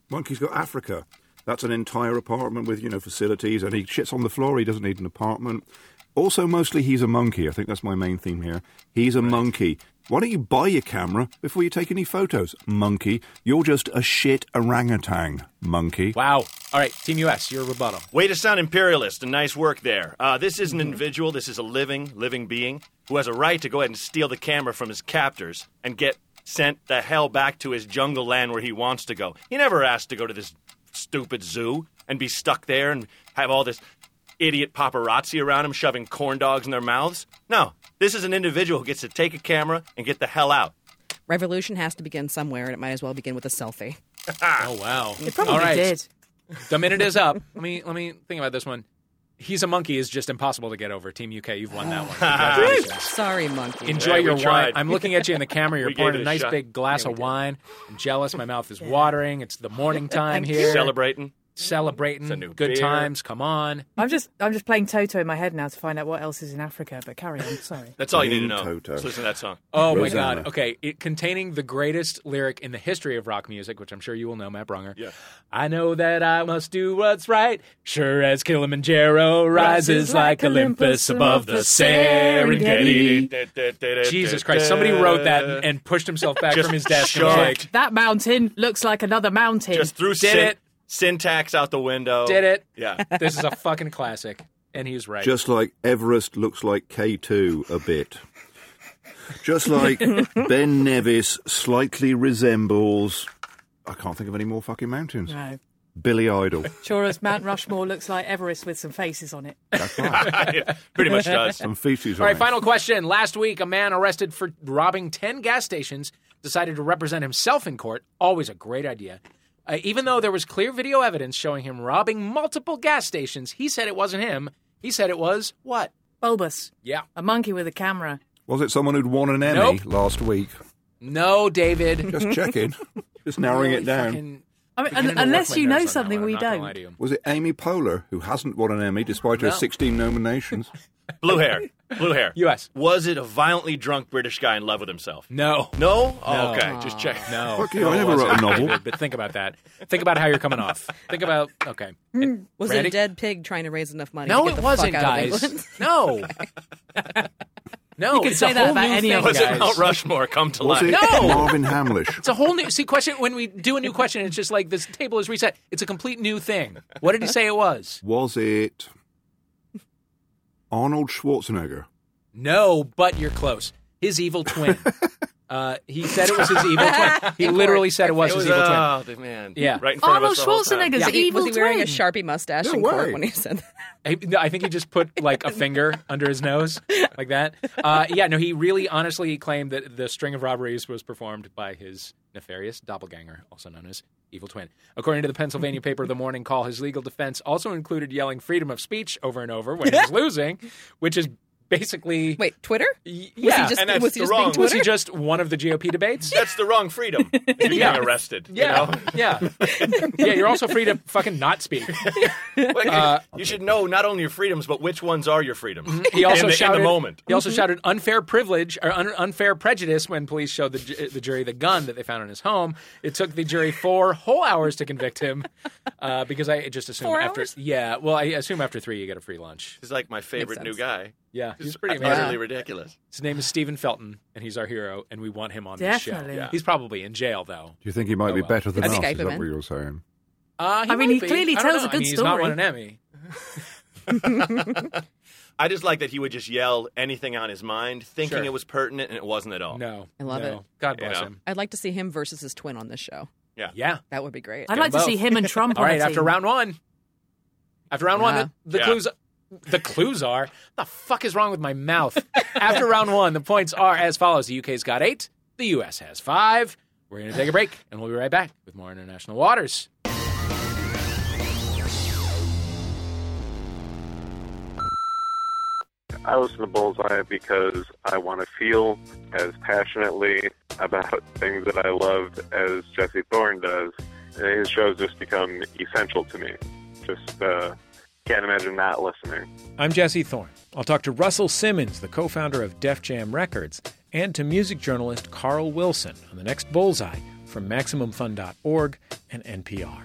Speaker 4: Monkey's got Africa. That's an entire apartment with, you know, facilities, and he shits on the floor. He doesn't need an apartment. Also, mostly he's a monkey. I think that's my main theme here. He's a monkey. Why don't you buy your camera before you take any photos, monkey? You're just a shit orangutan, monkey.
Speaker 1: Wow. All right, Team US, your rebuttal.
Speaker 3: Way to sound imperialist and nice work there. Uh, this isn't
Speaker 1: Mm-hmm.
Speaker 3: an individual. This is a living, living being who has a right to go ahead and steal the camera from his captors and get sent the hell back to his jungle land where he wants to go. He never asked to go to this stupid zoo and be stuck there and have all this idiot paparazzi around him shoving corn dogs in their mouths. No, this is an individual who gets to take a camera and get the hell out.
Speaker 5: Revolution has to begin somewhere, and it might as well begin with a selfie.
Speaker 1: Oh wow!
Speaker 2: It probably
Speaker 1: All right.
Speaker 2: did.
Speaker 1: The minute is up. Let me let me think about this one. He's a monkey is just impossible to get over. Team UK, you've won that one. Congratulations.
Speaker 5: Sorry, monkey.
Speaker 1: Enjoy
Speaker 3: Yeah, we
Speaker 1: your wine.
Speaker 3: tried.
Speaker 1: I'm looking at you in the camera. You're
Speaker 3: We
Speaker 1: pouring
Speaker 3: gave
Speaker 1: a
Speaker 3: it a
Speaker 1: nice
Speaker 3: shot.
Speaker 1: big glass of wine. I'm jealous. My mouth is watering. It's the morning time here.
Speaker 3: Celebrating.
Speaker 1: Celebrating.
Speaker 3: It's a new
Speaker 1: Good
Speaker 3: beer.
Speaker 1: times. Come on.
Speaker 2: I'm just I'm just playing Toto in my head now to find out what else is in Africa. But carry on. Sorry.
Speaker 3: That's all you need to know.
Speaker 4: Lean Toto.
Speaker 3: Just listen to that song.
Speaker 1: Oh my
Speaker 4: Rosanna.
Speaker 1: God. Okay. It, containing the greatest lyric in the history of rock music, which I'm sure you will know, Matt Bronger.
Speaker 3: Yeah.
Speaker 1: I know that I must do what's right. Sure as Kilimanjaro rises like Olympus above the Serengeti. Jesus Christ. Somebody wrote that and, and pushed himself back
Speaker 3: Just
Speaker 1: from his desk and was
Speaker 3: shocked.
Speaker 1: like,
Speaker 2: That mountain looks like another mountain.
Speaker 3: Just threw
Speaker 1: Did
Speaker 3: syn-
Speaker 1: it.
Speaker 3: syntax out the window.
Speaker 1: did it.
Speaker 3: Yeah.
Speaker 1: This is a fucking classic. And he's right.
Speaker 4: Just like Everest looks like K2 a bit. Just like Ben Nevis slightly resembles. I can't think of any more fucking mountains.
Speaker 2: no.
Speaker 4: Billy Idol.
Speaker 2: Sure as Mount Rushmore looks like Everest with some faces on it.
Speaker 4: That's right.
Speaker 3: Yeah, Pretty much does.
Speaker 4: Some feces.
Speaker 1: All right, final question. Last week, a man arrested for robbing 10 gas stations decided to represent himself in court. Always a great idea. Uh, even though there was clear video evidence showing him robbing multiple gas stations, he said it wasn't him. He said it was what?
Speaker 2: Bulbous.
Speaker 1: Yeah.
Speaker 2: A monkey with a camera.
Speaker 4: Was it someone who'd won an Emmy
Speaker 1: Nope.
Speaker 4: last week?
Speaker 1: No, David.
Speaker 4: Just checking. Just narrowing
Speaker 1: Really
Speaker 4: it down.
Speaker 1: fucking
Speaker 2: I mean,
Speaker 1: beginning
Speaker 2: un-
Speaker 1: to
Speaker 2: unless
Speaker 1: work my
Speaker 2: you
Speaker 1: nerves
Speaker 2: know
Speaker 1: on that
Speaker 2: something
Speaker 1: one, I'm
Speaker 2: we
Speaker 1: not gonna lie
Speaker 2: don't.
Speaker 1: to you.
Speaker 4: Was it Amy Poehler who hasn't won an Emmy despite her
Speaker 1: No.
Speaker 4: 16 nominations?
Speaker 3: Blue hair. Blue hair.
Speaker 1: US.
Speaker 3: Was it a violently drunk British guy in love with himself?
Speaker 1: No.
Speaker 3: No? Oh, okay. Just check.
Speaker 1: No.
Speaker 4: Fuck you, I
Speaker 1: No, it
Speaker 4: never wrote a
Speaker 1: wasn't,
Speaker 4: novel.
Speaker 1: David, But think about that. Think about how you're coming off. Think about, okay.
Speaker 2: Mm.
Speaker 5: Was
Speaker 1: Randy?
Speaker 5: it a dead pig trying to raise enough money? to
Speaker 1: No,
Speaker 5: get
Speaker 1: it
Speaker 5: the
Speaker 1: wasn't,
Speaker 5: fuck out of
Speaker 1: guys.
Speaker 5: England?
Speaker 1: No. No,
Speaker 2: could
Speaker 1: it's
Speaker 2: say
Speaker 1: a
Speaker 2: that
Speaker 1: whole
Speaker 2: about
Speaker 1: new
Speaker 2: any
Speaker 1: thing,
Speaker 2: of
Speaker 3: Was
Speaker 2: us.
Speaker 3: it
Speaker 1: guys.
Speaker 3: Mount Rushmore come to
Speaker 4: Was
Speaker 3: life?
Speaker 4: it
Speaker 1: No.
Speaker 4: Marvin Hamlish?
Speaker 1: It's a whole new see question when we do a new question. It's just like this table is reset. It's a complete new thing. What did he say it was?
Speaker 4: Was it Arnold Schwarzenegger?
Speaker 1: No, but you're close. His evil twin. Uh, he said it was his evil twin. He literally said it was
Speaker 3: It
Speaker 1: his
Speaker 3: was,
Speaker 1: evil twin.
Speaker 3: oh, man.
Speaker 1: Yeah.
Speaker 3: Right in front
Speaker 2: Arnold
Speaker 3: of us the whole time.
Speaker 2: Schwarzenegger's
Speaker 5: Was he,
Speaker 2: evil
Speaker 5: was he wearing a
Speaker 2: twin.
Speaker 5: sharpie mustache
Speaker 4: No
Speaker 5: in
Speaker 4: way.
Speaker 5: court when he said that?
Speaker 1: He- no, I think he just put like a finger under his nose, like that. Uh, yeah, no, he really honestly claimed that the string of robberies was performed by his nefarious doppelganger, also known as Evil Twin. According to the Pennsylvania paper, The Morning Call, his legal defense also included yelling freedom of speech over and over when he was losing, which is basically.
Speaker 5: Wait, Twitter?
Speaker 1: Y-
Speaker 5: Was
Speaker 1: yeah,
Speaker 5: he just,
Speaker 3: and that's
Speaker 5: was he
Speaker 3: the
Speaker 5: just being
Speaker 3: wrong-
Speaker 1: was
Speaker 5: Twitter?
Speaker 1: he just one of the GOP debates?
Speaker 3: That's the wrong freedom. You're
Speaker 1: Yeah.
Speaker 3: getting arrested.
Speaker 1: Yeah,
Speaker 3: You know?
Speaker 1: yeah, yeah. You're also free to fucking not speak.
Speaker 3: Like,
Speaker 1: Uh,
Speaker 3: you should know not only your freedoms, but which ones are your freedoms.
Speaker 1: He also
Speaker 3: in the,
Speaker 1: shouted
Speaker 3: in the moment.
Speaker 1: He also shouted unfair privilege or un- unfair prejudice when police showed the, ju- the jury the gun that they found in his home. It took the jury four whole hours to convict him uh, because I just assume
Speaker 5: Four
Speaker 1: after
Speaker 5: hours?
Speaker 1: yeah, well I assume after three you get a free lunch.
Speaker 3: He's like my favorite new
Speaker 5: sense.
Speaker 3: guy.
Speaker 1: Yeah, he's
Speaker 3: He's
Speaker 1: pretty amazing.
Speaker 3: utterly ridiculous.
Speaker 1: His name is Stephen Felton, and he's our hero, and we want him on this show.
Speaker 2: Definitely. Yeah.
Speaker 1: He's probably in jail though.
Speaker 4: Do you think he might be
Speaker 1: Oh, well.
Speaker 4: better than
Speaker 5: Let's
Speaker 4: us?
Speaker 5: Skype
Speaker 4: Is
Speaker 5: him
Speaker 4: that
Speaker 5: in.
Speaker 4: what you were saying?
Speaker 1: Uh,
Speaker 2: I mean,
Speaker 1: might
Speaker 2: he
Speaker 1: be.
Speaker 2: clearly
Speaker 1: I don't
Speaker 2: tells
Speaker 1: know.
Speaker 2: a
Speaker 1: I mean,
Speaker 2: good
Speaker 1: He's not
Speaker 2: story.
Speaker 1: won an Emmy.
Speaker 3: I just like that he would just yell anything on his mind, thinking
Speaker 1: Sure.
Speaker 3: it was pertinent, and it wasn't at all.
Speaker 1: No,
Speaker 5: I love
Speaker 1: no.
Speaker 5: it.
Speaker 1: God bless
Speaker 3: Yeah.
Speaker 1: him.
Speaker 5: I'd like to see him versus his twin on this show.
Speaker 1: Yeah.
Speaker 5: That would be great.
Speaker 2: I'd like to
Speaker 1: both.
Speaker 2: see him and Trump
Speaker 1: All
Speaker 2: on
Speaker 1: right,
Speaker 2: a
Speaker 1: after
Speaker 2: team.
Speaker 1: round one. After round one,
Speaker 5: Yeah.
Speaker 1: the, the
Speaker 3: Yeah.
Speaker 1: clues the clues are the fuck is wrong with my mouth. after round one, the points are as follows: the UK's got eight, the US has five. We're gonna take a break, and we'll be right back with more international waters.
Speaker 6: I listen to Bullseye because I want to feel as passionately about things that I love as Jesse Thorne does. And his shows just become essential to me. Just uh, can't imagine not listening.
Speaker 7: I'm Jesse Thorne. I'll talk to Russell Simmons, the co founder of Def Jam Records, and to music journalist Carl Wilson on the next Bullseye from MaximumFun.org and NPR.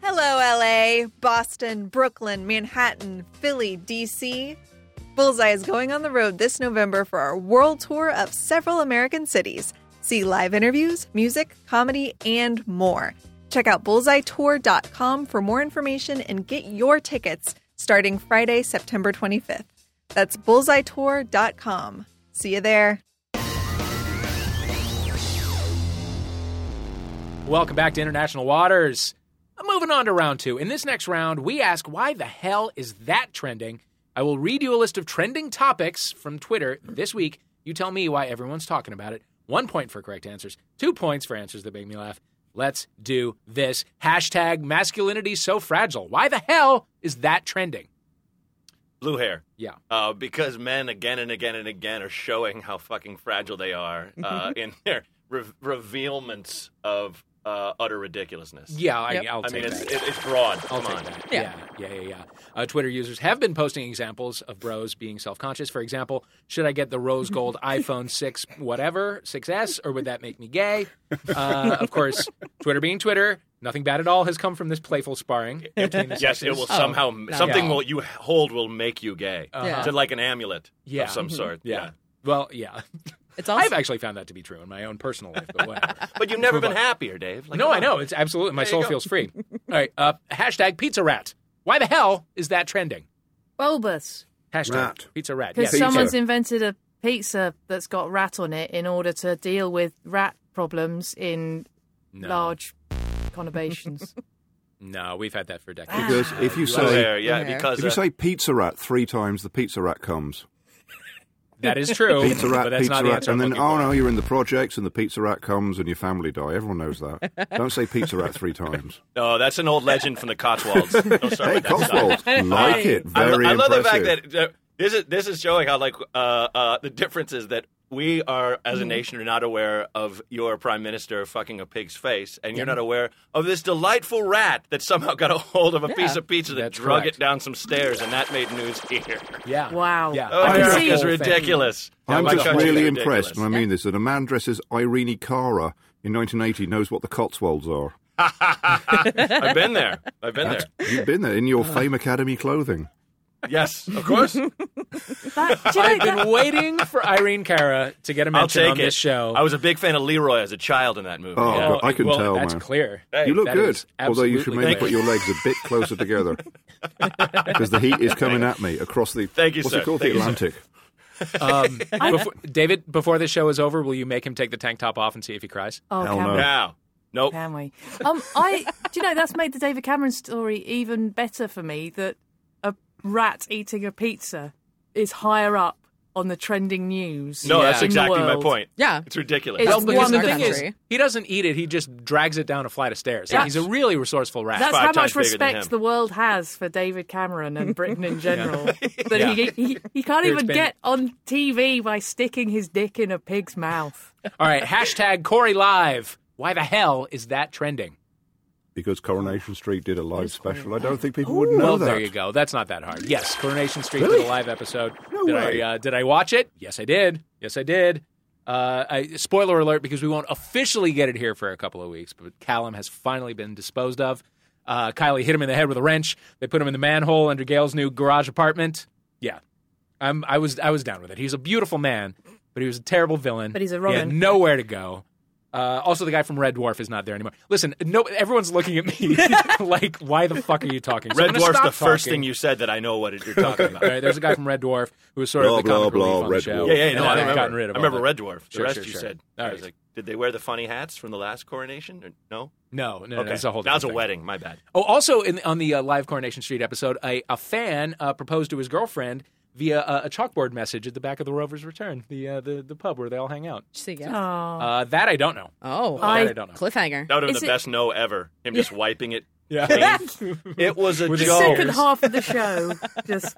Speaker 8: Hello, LA, Boston, Brooklyn, Manhattan, Philly, DC. Bullseye is going on the road this November for our world tour of several American cities. See live interviews, music, comedy, and more. Check out bullseyetour.com for more information and get your tickets starting Friday, September 25th. That's bullseyetour.com. See you there.
Speaker 1: Welcome back to International Waters. Moving on to round two. In this next round, we ask why the hell is that trending? I will read you a list of trending topics from Twitter this week. You tell me why everyone's talking about it. One point for correct answers, two points for answers that make me laugh. Let's do this. Hashtag masculinity so fragile. Why the hell is that trending?
Speaker 3: Blue hair.
Speaker 1: Yeah.
Speaker 3: Uh, because men again and again and again are showing how fucking fragile they are uh,
Speaker 1: Mm-hmm.
Speaker 3: in their re- revealments of uh, utter ridiculousness.
Speaker 1: Yeah, I,
Speaker 5: Yep.
Speaker 1: I'll
Speaker 3: I
Speaker 1: take
Speaker 3: mean, it's,
Speaker 1: that.
Speaker 3: it, it's broad.
Speaker 1: I'll
Speaker 3: Come
Speaker 1: take
Speaker 3: on.
Speaker 1: that. Yeah,
Speaker 5: Yeah.
Speaker 1: yeah, yeah, yeah. Uh, Twitter users have been posting examples of bros being self-conscious. For example, should I get the rose gold iPhone 6 whatever, 6S, or would that make me gay? Uh, of course, Twitter being Twitter, nothing bad at all has come from this playful sparring. between the
Speaker 3: Yes, it
Speaker 1: sexes.
Speaker 3: will somehow something will you hold will make you gay.
Speaker 5: Yeah.
Speaker 3: Is it like an amulet
Speaker 1: Uh-huh. Yeah. Mm-hmm.
Speaker 3: of some sort?
Speaker 1: Yeah. Well, yeah.
Speaker 5: It's also
Speaker 1: I've actually found that to be true in my own personal life, but whatever.
Speaker 3: But you've never been happier, Dave. Like,
Speaker 1: no,
Speaker 3: come
Speaker 1: I
Speaker 3: on.
Speaker 1: know. It's absolutely. My
Speaker 3: There you
Speaker 1: soul
Speaker 3: go.
Speaker 1: feels free. All right. Uh, hashtag pizza rat. Why the hell is that trending?
Speaker 2: Bulbous.
Speaker 1: Hashtag
Speaker 4: Rat.
Speaker 1: pizza rat.
Speaker 2: Because
Speaker 1: Yes.
Speaker 4: Pizza.
Speaker 2: someone's invented a pizza that's got rat on it in order to deal with rat problems in large conurbations.
Speaker 1: No, we've had that for decades.
Speaker 4: Because if you
Speaker 3: Blue
Speaker 4: say
Speaker 3: hair, yeah,
Speaker 5: Blue hair.
Speaker 3: because
Speaker 4: if you
Speaker 3: uh,
Speaker 4: say pizza rat three times, the pizza rat comes.
Speaker 1: That is true.
Speaker 4: Pizza
Speaker 1: Oh, but
Speaker 4: rat,
Speaker 1: that's
Speaker 4: pizza
Speaker 1: not the
Speaker 4: rat,
Speaker 1: answer
Speaker 4: and
Speaker 1: I'm
Speaker 4: then
Speaker 1: looking
Speaker 4: oh
Speaker 1: for.
Speaker 4: no, you're in the projects, and the pizza rat comes, and your family die. Everyone knows that. Don't say pizza rat three times.
Speaker 3: no, that's an old legend from the Cotswolds. Don't start with
Speaker 4: hey,
Speaker 3: that stuff.
Speaker 4: Cotswolds, like it.
Speaker 3: I lo-
Speaker 4: Very
Speaker 3: I, love
Speaker 4: impressive.
Speaker 3: the fact that uh, this is this is showing how like uh, uh, the difference is that we are as a
Speaker 1: Mm-hmm.
Speaker 3: nation are not aware of your prime minister fucking a pig's face, and you're not aware of this delightful rat that somehow got a hold of a piece of pizza that
Speaker 1: That's
Speaker 3: drug
Speaker 1: correct.
Speaker 3: it down some stairs, and that made news here.
Speaker 1: Yeah.
Speaker 2: Wow.
Speaker 1: Yeah.
Speaker 3: Oh,
Speaker 2: I can see-
Speaker 1: Whole
Speaker 3: America's
Speaker 1: thing.
Speaker 3: ridiculous.
Speaker 4: I'm
Speaker 3: My
Speaker 4: just
Speaker 3: country's
Speaker 4: really
Speaker 3: ridiculous.
Speaker 4: impressed, and I mean this, that a man dresses Irene Cara in 1980 knows what the Cotswolds are.
Speaker 3: I've been there. I've been there.
Speaker 4: You've been there in your Fame Academy clothing.
Speaker 3: Yes, of course.
Speaker 2: That, do you know
Speaker 1: I've
Speaker 2: that-
Speaker 1: been waiting for Irene Cara to get a
Speaker 3: I'll
Speaker 1: mention
Speaker 3: take
Speaker 1: on
Speaker 3: it.
Speaker 1: this show.
Speaker 3: I was a big fan of Leroy as a child in that movie.
Speaker 4: Oh,
Speaker 3: yeah.
Speaker 4: God, I can
Speaker 1: well,
Speaker 4: tell,
Speaker 1: That's
Speaker 4: man.
Speaker 1: clear.
Speaker 4: you look
Speaker 1: that
Speaker 4: good,
Speaker 1: is
Speaker 4: although you should
Speaker 1: absolutely
Speaker 4: maybe
Speaker 1: clear.
Speaker 4: put your legs a bit closer together because the heat is coming at me across the
Speaker 3: Thank you,
Speaker 4: what's
Speaker 3: sir.
Speaker 4: it called
Speaker 3: Thank
Speaker 4: the
Speaker 3: you, sir.
Speaker 4: Atlantic.
Speaker 1: Um, before, David, before the show is over, will you make him take the tank top off and see if he cries?
Speaker 2: oh,
Speaker 4: Hell
Speaker 2: can
Speaker 4: no.
Speaker 2: we?
Speaker 3: Now, nope.
Speaker 2: Can we? Um, I do you know that's made the David Cameron story even better for me that a rat eating a pizza is higher up on the trending news.
Speaker 3: No, that's
Speaker 1: Yeah.
Speaker 3: exactly
Speaker 2: in the
Speaker 3: my
Speaker 2: world.
Speaker 3: point.
Speaker 5: Yeah.
Speaker 3: It's ridiculous.
Speaker 2: It's
Speaker 1: Well, because
Speaker 2: one
Speaker 1: the
Speaker 2: of
Speaker 1: thing
Speaker 2: the
Speaker 1: is,
Speaker 5: country.
Speaker 1: he doesn't eat it. He just drags it down a flight of stairs.
Speaker 2: Yeah.
Speaker 1: He's a really resourceful rat.
Speaker 2: That's
Speaker 3: five
Speaker 2: how
Speaker 3: times
Speaker 2: much
Speaker 3: bigger than him.
Speaker 2: respect the world has for David Cameron and Britain in general. That he, he he can't
Speaker 1: Here it's
Speaker 2: even
Speaker 1: been-
Speaker 2: get on TV by sticking his dick in a pig's mouth.
Speaker 1: All right, hashtag Corey Live. Why the hell is that trending?
Speaker 4: Because Coronation Street did a live special. I don't think people would know
Speaker 1: well,
Speaker 4: that.
Speaker 1: there you go. That's not that hard. Yes, Coronation Street
Speaker 4: Really?
Speaker 1: did a live episode.
Speaker 4: No
Speaker 1: did
Speaker 4: way.
Speaker 1: I uh, did I watch it? Yes, I did. Yes, I did. Uh, I, spoiler alert, because we won't officially get it here for a couple of weeks, but Callum has finally been disposed of. Uh, Kylie hit him in the head with a wrench. They put him in the manhole under Gail's new garage apartment. Yeah, I'm, I was I was down with it. He's a beautiful man, but he was a terrible villain.
Speaker 2: But he's a
Speaker 1: He had
Speaker 2: Roman.
Speaker 1: nowhere to go. Uh, also, the guy from Red Dwarf is not there anymore. Listen, no, everyone's looking at me like, why the fuck are you talking? So I'm
Speaker 3: Red
Speaker 1: gonna
Speaker 3: Dwarf's the
Speaker 1: stop
Speaker 3: first
Speaker 1: talking.
Speaker 3: thing you said that I know what it- you're talking about.
Speaker 1: All right, there's a guy from Red Dwarf who was sort
Speaker 4: Blah,
Speaker 1: of the
Speaker 4: blah,
Speaker 1: comic
Speaker 4: blah,
Speaker 1: relief on the
Speaker 4: Red
Speaker 1: show.
Speaker 4: Dwarf.
Speaker 3: Yeah, yeah,
Speaker 1: And
Speaker 3: no,
Speaker 1: then
Speaker 3: I
Speaker 1: they've
Speaker 3: remember.
Speaker 1: gotten rid of
Speaker 3: I
Speaker 1: all
Speaker 3: remember
Speaker 1: that.
Speaker 3: Red Dwarf. The
Speaker 1: Sure,
Speaker 3: rest
Speaker 1: sure,
Speaker 3: you
Speaker 1: sure.
Speaker 3: said.
Speaker 1: All
Speaker 3: I
Speaker 1: right.
Speaker 3: was like, did they wear the funny hats from the last coronation? Or, no.
Speaker 1: No, no, no, it's a whole
Speaker 3: that was a
Speaker 1: different thing.
Speaker 3: wedding. My bad.
Speaker 1: Oh, also in, on the uh, live Coronation Street episode, a, a fan uh, proposed to his girlfriend via uh, a chalkboard message at the back of the Rover's Return, the uh, the, the pub where they all hang out.
Speaker 5: See,
Speaker 2: Oh,
Speaker 5: yeah.
Speaker 1: Uh, that I don't know.
Speaker 5: Oh,
Speaker 1: That I
Speaker 2: I-
Speaker 1: don't know.
Speaker 5: cliffhanger.
Speaker 3: That would have
Speaker 2: Is
Speaker 3: been the
Speaker 2: it-
Speaker 3: best no ever. Him just wiping it.
Speaker 1: Yeah.
Speaker 3: It was a
Speaker 1: With his
Speaker 3: joke.
Speaker 2: second half of the show just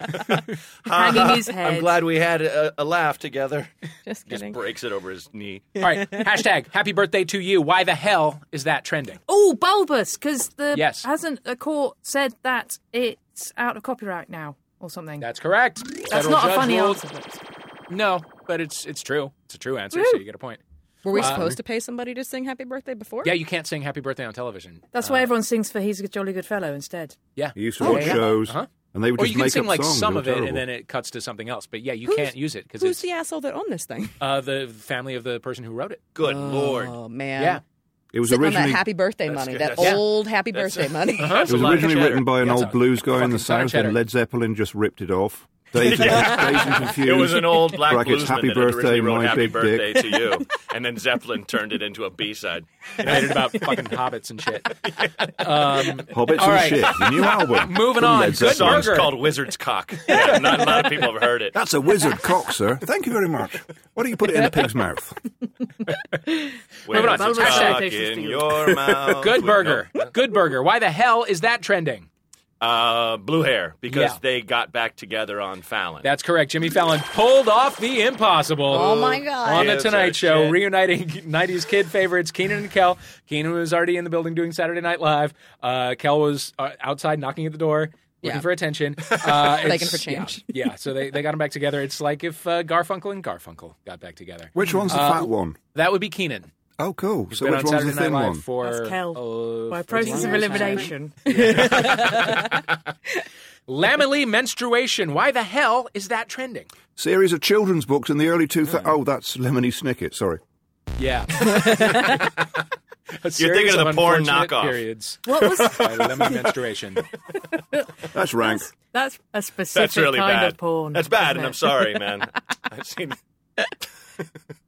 Speaker 2: hanging his head.
Speaker 3: I'm glad we had a, a laugh together. Just
Speaker 5: Just kidding.
Speaker 3: breaks it over his knee.
Speaker 1: all right. Hashtag Happy Birthday to you. Why the hell is that trending?
Speaker 2: Oh, bulbous, because the
Speaker 1: Yes.
Speaker 2: hasn't a court said that it's out of copyright now or something.
Speaker 1: That's correct.
Speaker 2: That's
Speaker 1: Federal
Speaker 2: not a
Speaker 1: judge
Speaker 2: funny
Speaker 1: ruled-
Speaker 2: answer. but-
Speaker 1: No, but it's it's true. It's a true answer, so you get a point.
Speaker 5: Were we supposed to pay somebody to sing Happy Birthday before?
Speaker 1: Yeah, you can't sing Happy Birthday on television.
Speaker 2: That's why everyone sings for "He's a Jolly Good Fellow" instead.
Speaker 1: Yeah.
Speaker 4: He used to
Speaker 1: Yeah,
Speaker 4: watch
Speaker 1: yeah.
Speaker 4: shows,
Speaker 1: Uh-huh.
Speaker 4: and they would
Speaker 1: Or
Speaker 4: just
Speaker 1: you can
Speaker 4: make
Speaker 1: sing
Speaker 4: up
Speaker 1: like
Speaker 4: songs.
Speaker 1: some
Speaker 4: They
Speaker 1: of
Speaker 4: were
Speaker 1: it, and
Speaker 4: terrible.
Speaker 1: then it cuts to something else. But yeah, you
Speaker 5: Who's-
Speaker 1: can't use it because
Speaker 5: Who's
Speaker 1: it's
Speaker 5: the asshole that owned this thing?
Speaker 1: uh, the family of the person who wrote it.
Speaker 3: Good lord.
Speaker 5: Oh man.
Speaker 1: Yeah.
Speaker 4: It was
Speaker 5: Sitting on that
Speaker 4: originally
Speaker 5: happy birthday money,
Speaker 3: good.
Speaker 5: that
Speaker 3: That's-
Speaker 5: old happy birthday money.
Speaker 4: Uh-huh. it was originally written by an
Speaker 1: Yeah, it's
Speaker 4: old
Speaker 1: a
Speaker 4: blues guy in
Speaker 1: fucking
Speaker 4: the
Speaker 1: ton of
Speaker 4: South, and
Speaker 1: cheddar.
Speaker 4: Led Zeppelin just ripped it off. Days and, Days and Confused.
Speaker 3: It was an old black
Speaker 4: Brackets,
Speaker 3: bluesman
Speaker 4: happy
Speaker 3: that
Speaker 4: birthday,
Speaker 3: had originally wrote
Speaker 4: my
Speaker 3: "Happy
Speaker 4: big
Speaker 3: Birthday"
Speaker 4: dick.
Speaker 3: to you, and then Zeppelin turned it into a B-side.
Speaker 1: made it about fucking hobbits and shit.
Speaker 4: Hobbits
Speaker 1: All
Speaker 4: and
Speaker 1: right.
Speaker 4: Shit, the new album.
Speaker 1: Moving
Speaker 4: from
Speaker 1: on.
Speaker 4: Led
Speaker 1: Good
Speaker 3: The
Speaker 4: Zeppelin.
Speaker 3: song's
Speaker 1: Burger.
Speaker 3: called "Wizard's Cock." Yeah, not a lot of people have heard it.
Speaker 4: That's a wizard cock, sir. Thank you very much. Why don't you put it in a pig's mouth?
Speaker 3: Where
Speaker 1: on.
Speaker 3: it's
Speaker 1: Hashtag
Speaker 3: cock
Speaker 2: Tasty
Speaker 3: in
Speaker 2: Steel.
Speaker 3: your mouth.
Speaker 1: Good
Speaker 3: We-
Speaker 1: burger.
Speaker 3: no.
Speaker 1: Good burger. Why the hell is that trending?
Speaker 3: Uh, blue hair because
Speaker 1: Yeah.
Speaker 3: they got back together on Fallon.
Speaker 1: That's correct. Jimmy Fallon pulled off the impossible.
Speaker 5: Oh my God.
Speaker 1: On the
Speaker 3: Gives a
Speaker 1: Tonight Show,
Speaker 3: shit.
Speaker 1: reuniting 90s kid favorites Keenan and Kel. Keenan was already in the building doing Saturday Night Live. Uh, Kel was uh, outside knocking at the door. Looking
Speaker 5: Yeah.
Speaker 1: for attention, uh,
Speaker 5: Begging
Speaker 1: it's-
Speaker 5: for change.
Speaker 1: Yeah, yeah. so they, they got them back together. It's like if uh, Garfunkel and Garfunkel got back together.
Speaker 4: Which one's the fat one?
Speaker 1: That would be Keenan.
Speaker 4: Oh, cool.
Speaker 1: He's
Speaker 4: So
Speaker 1: Uh, been
Speaker 4: which
Speaker 1: on
Speaker 4: one's
Speaker 1: Saturday
Speaker 4: the thin
Speaker 1: Night Live
Speaker 4: one?
Speaker 1: for
Speaker 2: That's Kel.
Speaker 1: uh,
Speaker 2: By process of
Speaker 5: Wow.
Speaker 2: elimination.
Speaker 1: Lamely menstruation. Why the hell is that trending?
Speaker 4: Series of children's books in the early 2000s.
Speaker 1: Hmm.
Speaker 4: Oh, that's Lemony Snicket. Sorry.
Speaker 1: Yeah.
Speaker 3: You're thinking of the porn knockoff.
Speaker 1: Periods
Speaker 2: What was
Speaker 1: by lemon menstruation.
Speaker 4: That's rank.
Speaker 2: that's a specific
Speaker 3: That's really
Speaker 2: kind
Speaker 3: bad.
Speaker 2: of porn.
Speaker 3: That's bad,
Speaker 2: isn't
Speaker 3: and
Speaker 2: it?
Speaker 3: I'm sorry, man. I've seen.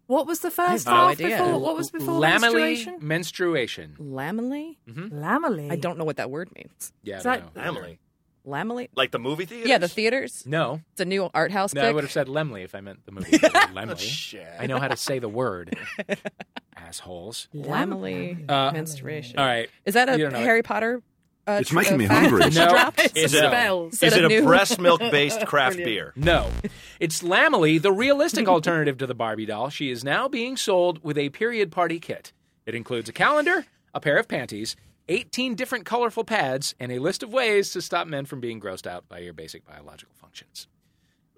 Speaker 2: What was the first
Speaker 5: I have no
Speaker 2: half
Speaker 5: idea.
Speaker 2: before? What was before
Speaker 1: Lamely
Speaker 2: menstruation?
Speaker 1: menstruation.
Speaker 5: Lamely?
Speaker 2: Lamely.
Speaker 5: I don't know what that word means.
Speaker 1: Yeah. I
Speaker 2: that-
Speaker 1: don't know.
Speaker 3: Emily,
Speaker 5: Lamely?
Speaker 3: like the movie theater.
Speaker 5: Yeah, the theaters.
Speaker 1: No,
Speaker 5: It's a new art house.
Speaker 1: no, I
Speaker 5: clique.
Speaker 1: would have said Lemley if I meant the movie. Lemley.
Speaker 3: Shit.
Speaker 1: I know how to say the word. Assholes.
Speaker 5: Lamely
Speaker 1: Uh,
Speaker 5: menstruation.
Speaker 1: All right.
Speaker 5: Is that a
Speaker 1: You don't know
Speaker 5: Harry Potter? Uh,
Speaker 4: It's
Speaker 5: tr-
Speaker 4: making
Speaker 5: uh,
Speaker 4: me
Speaker 5: fact
Speaker 4: hungry.
Speaker 5: that she
Speaker 1: No.
Speaker 5: dropped?
Speaker 3: Is it, a,
Speaker 2: Spells.
Speaker 5: Set
Speaker 3: is it
Speaker 5: of
Speaker 3: a
Speaker 5: new-
Speaker 3: breast milk based craft beer?
Speaker 1: No, it's Lamely, the realistic alternative to the Barbie doll. She is now being sold with a period party kit. It includes a calendar, a pair of panties, 18 different colorful pads, and a list of ways to stop men from being grossed out by your basic biological functions.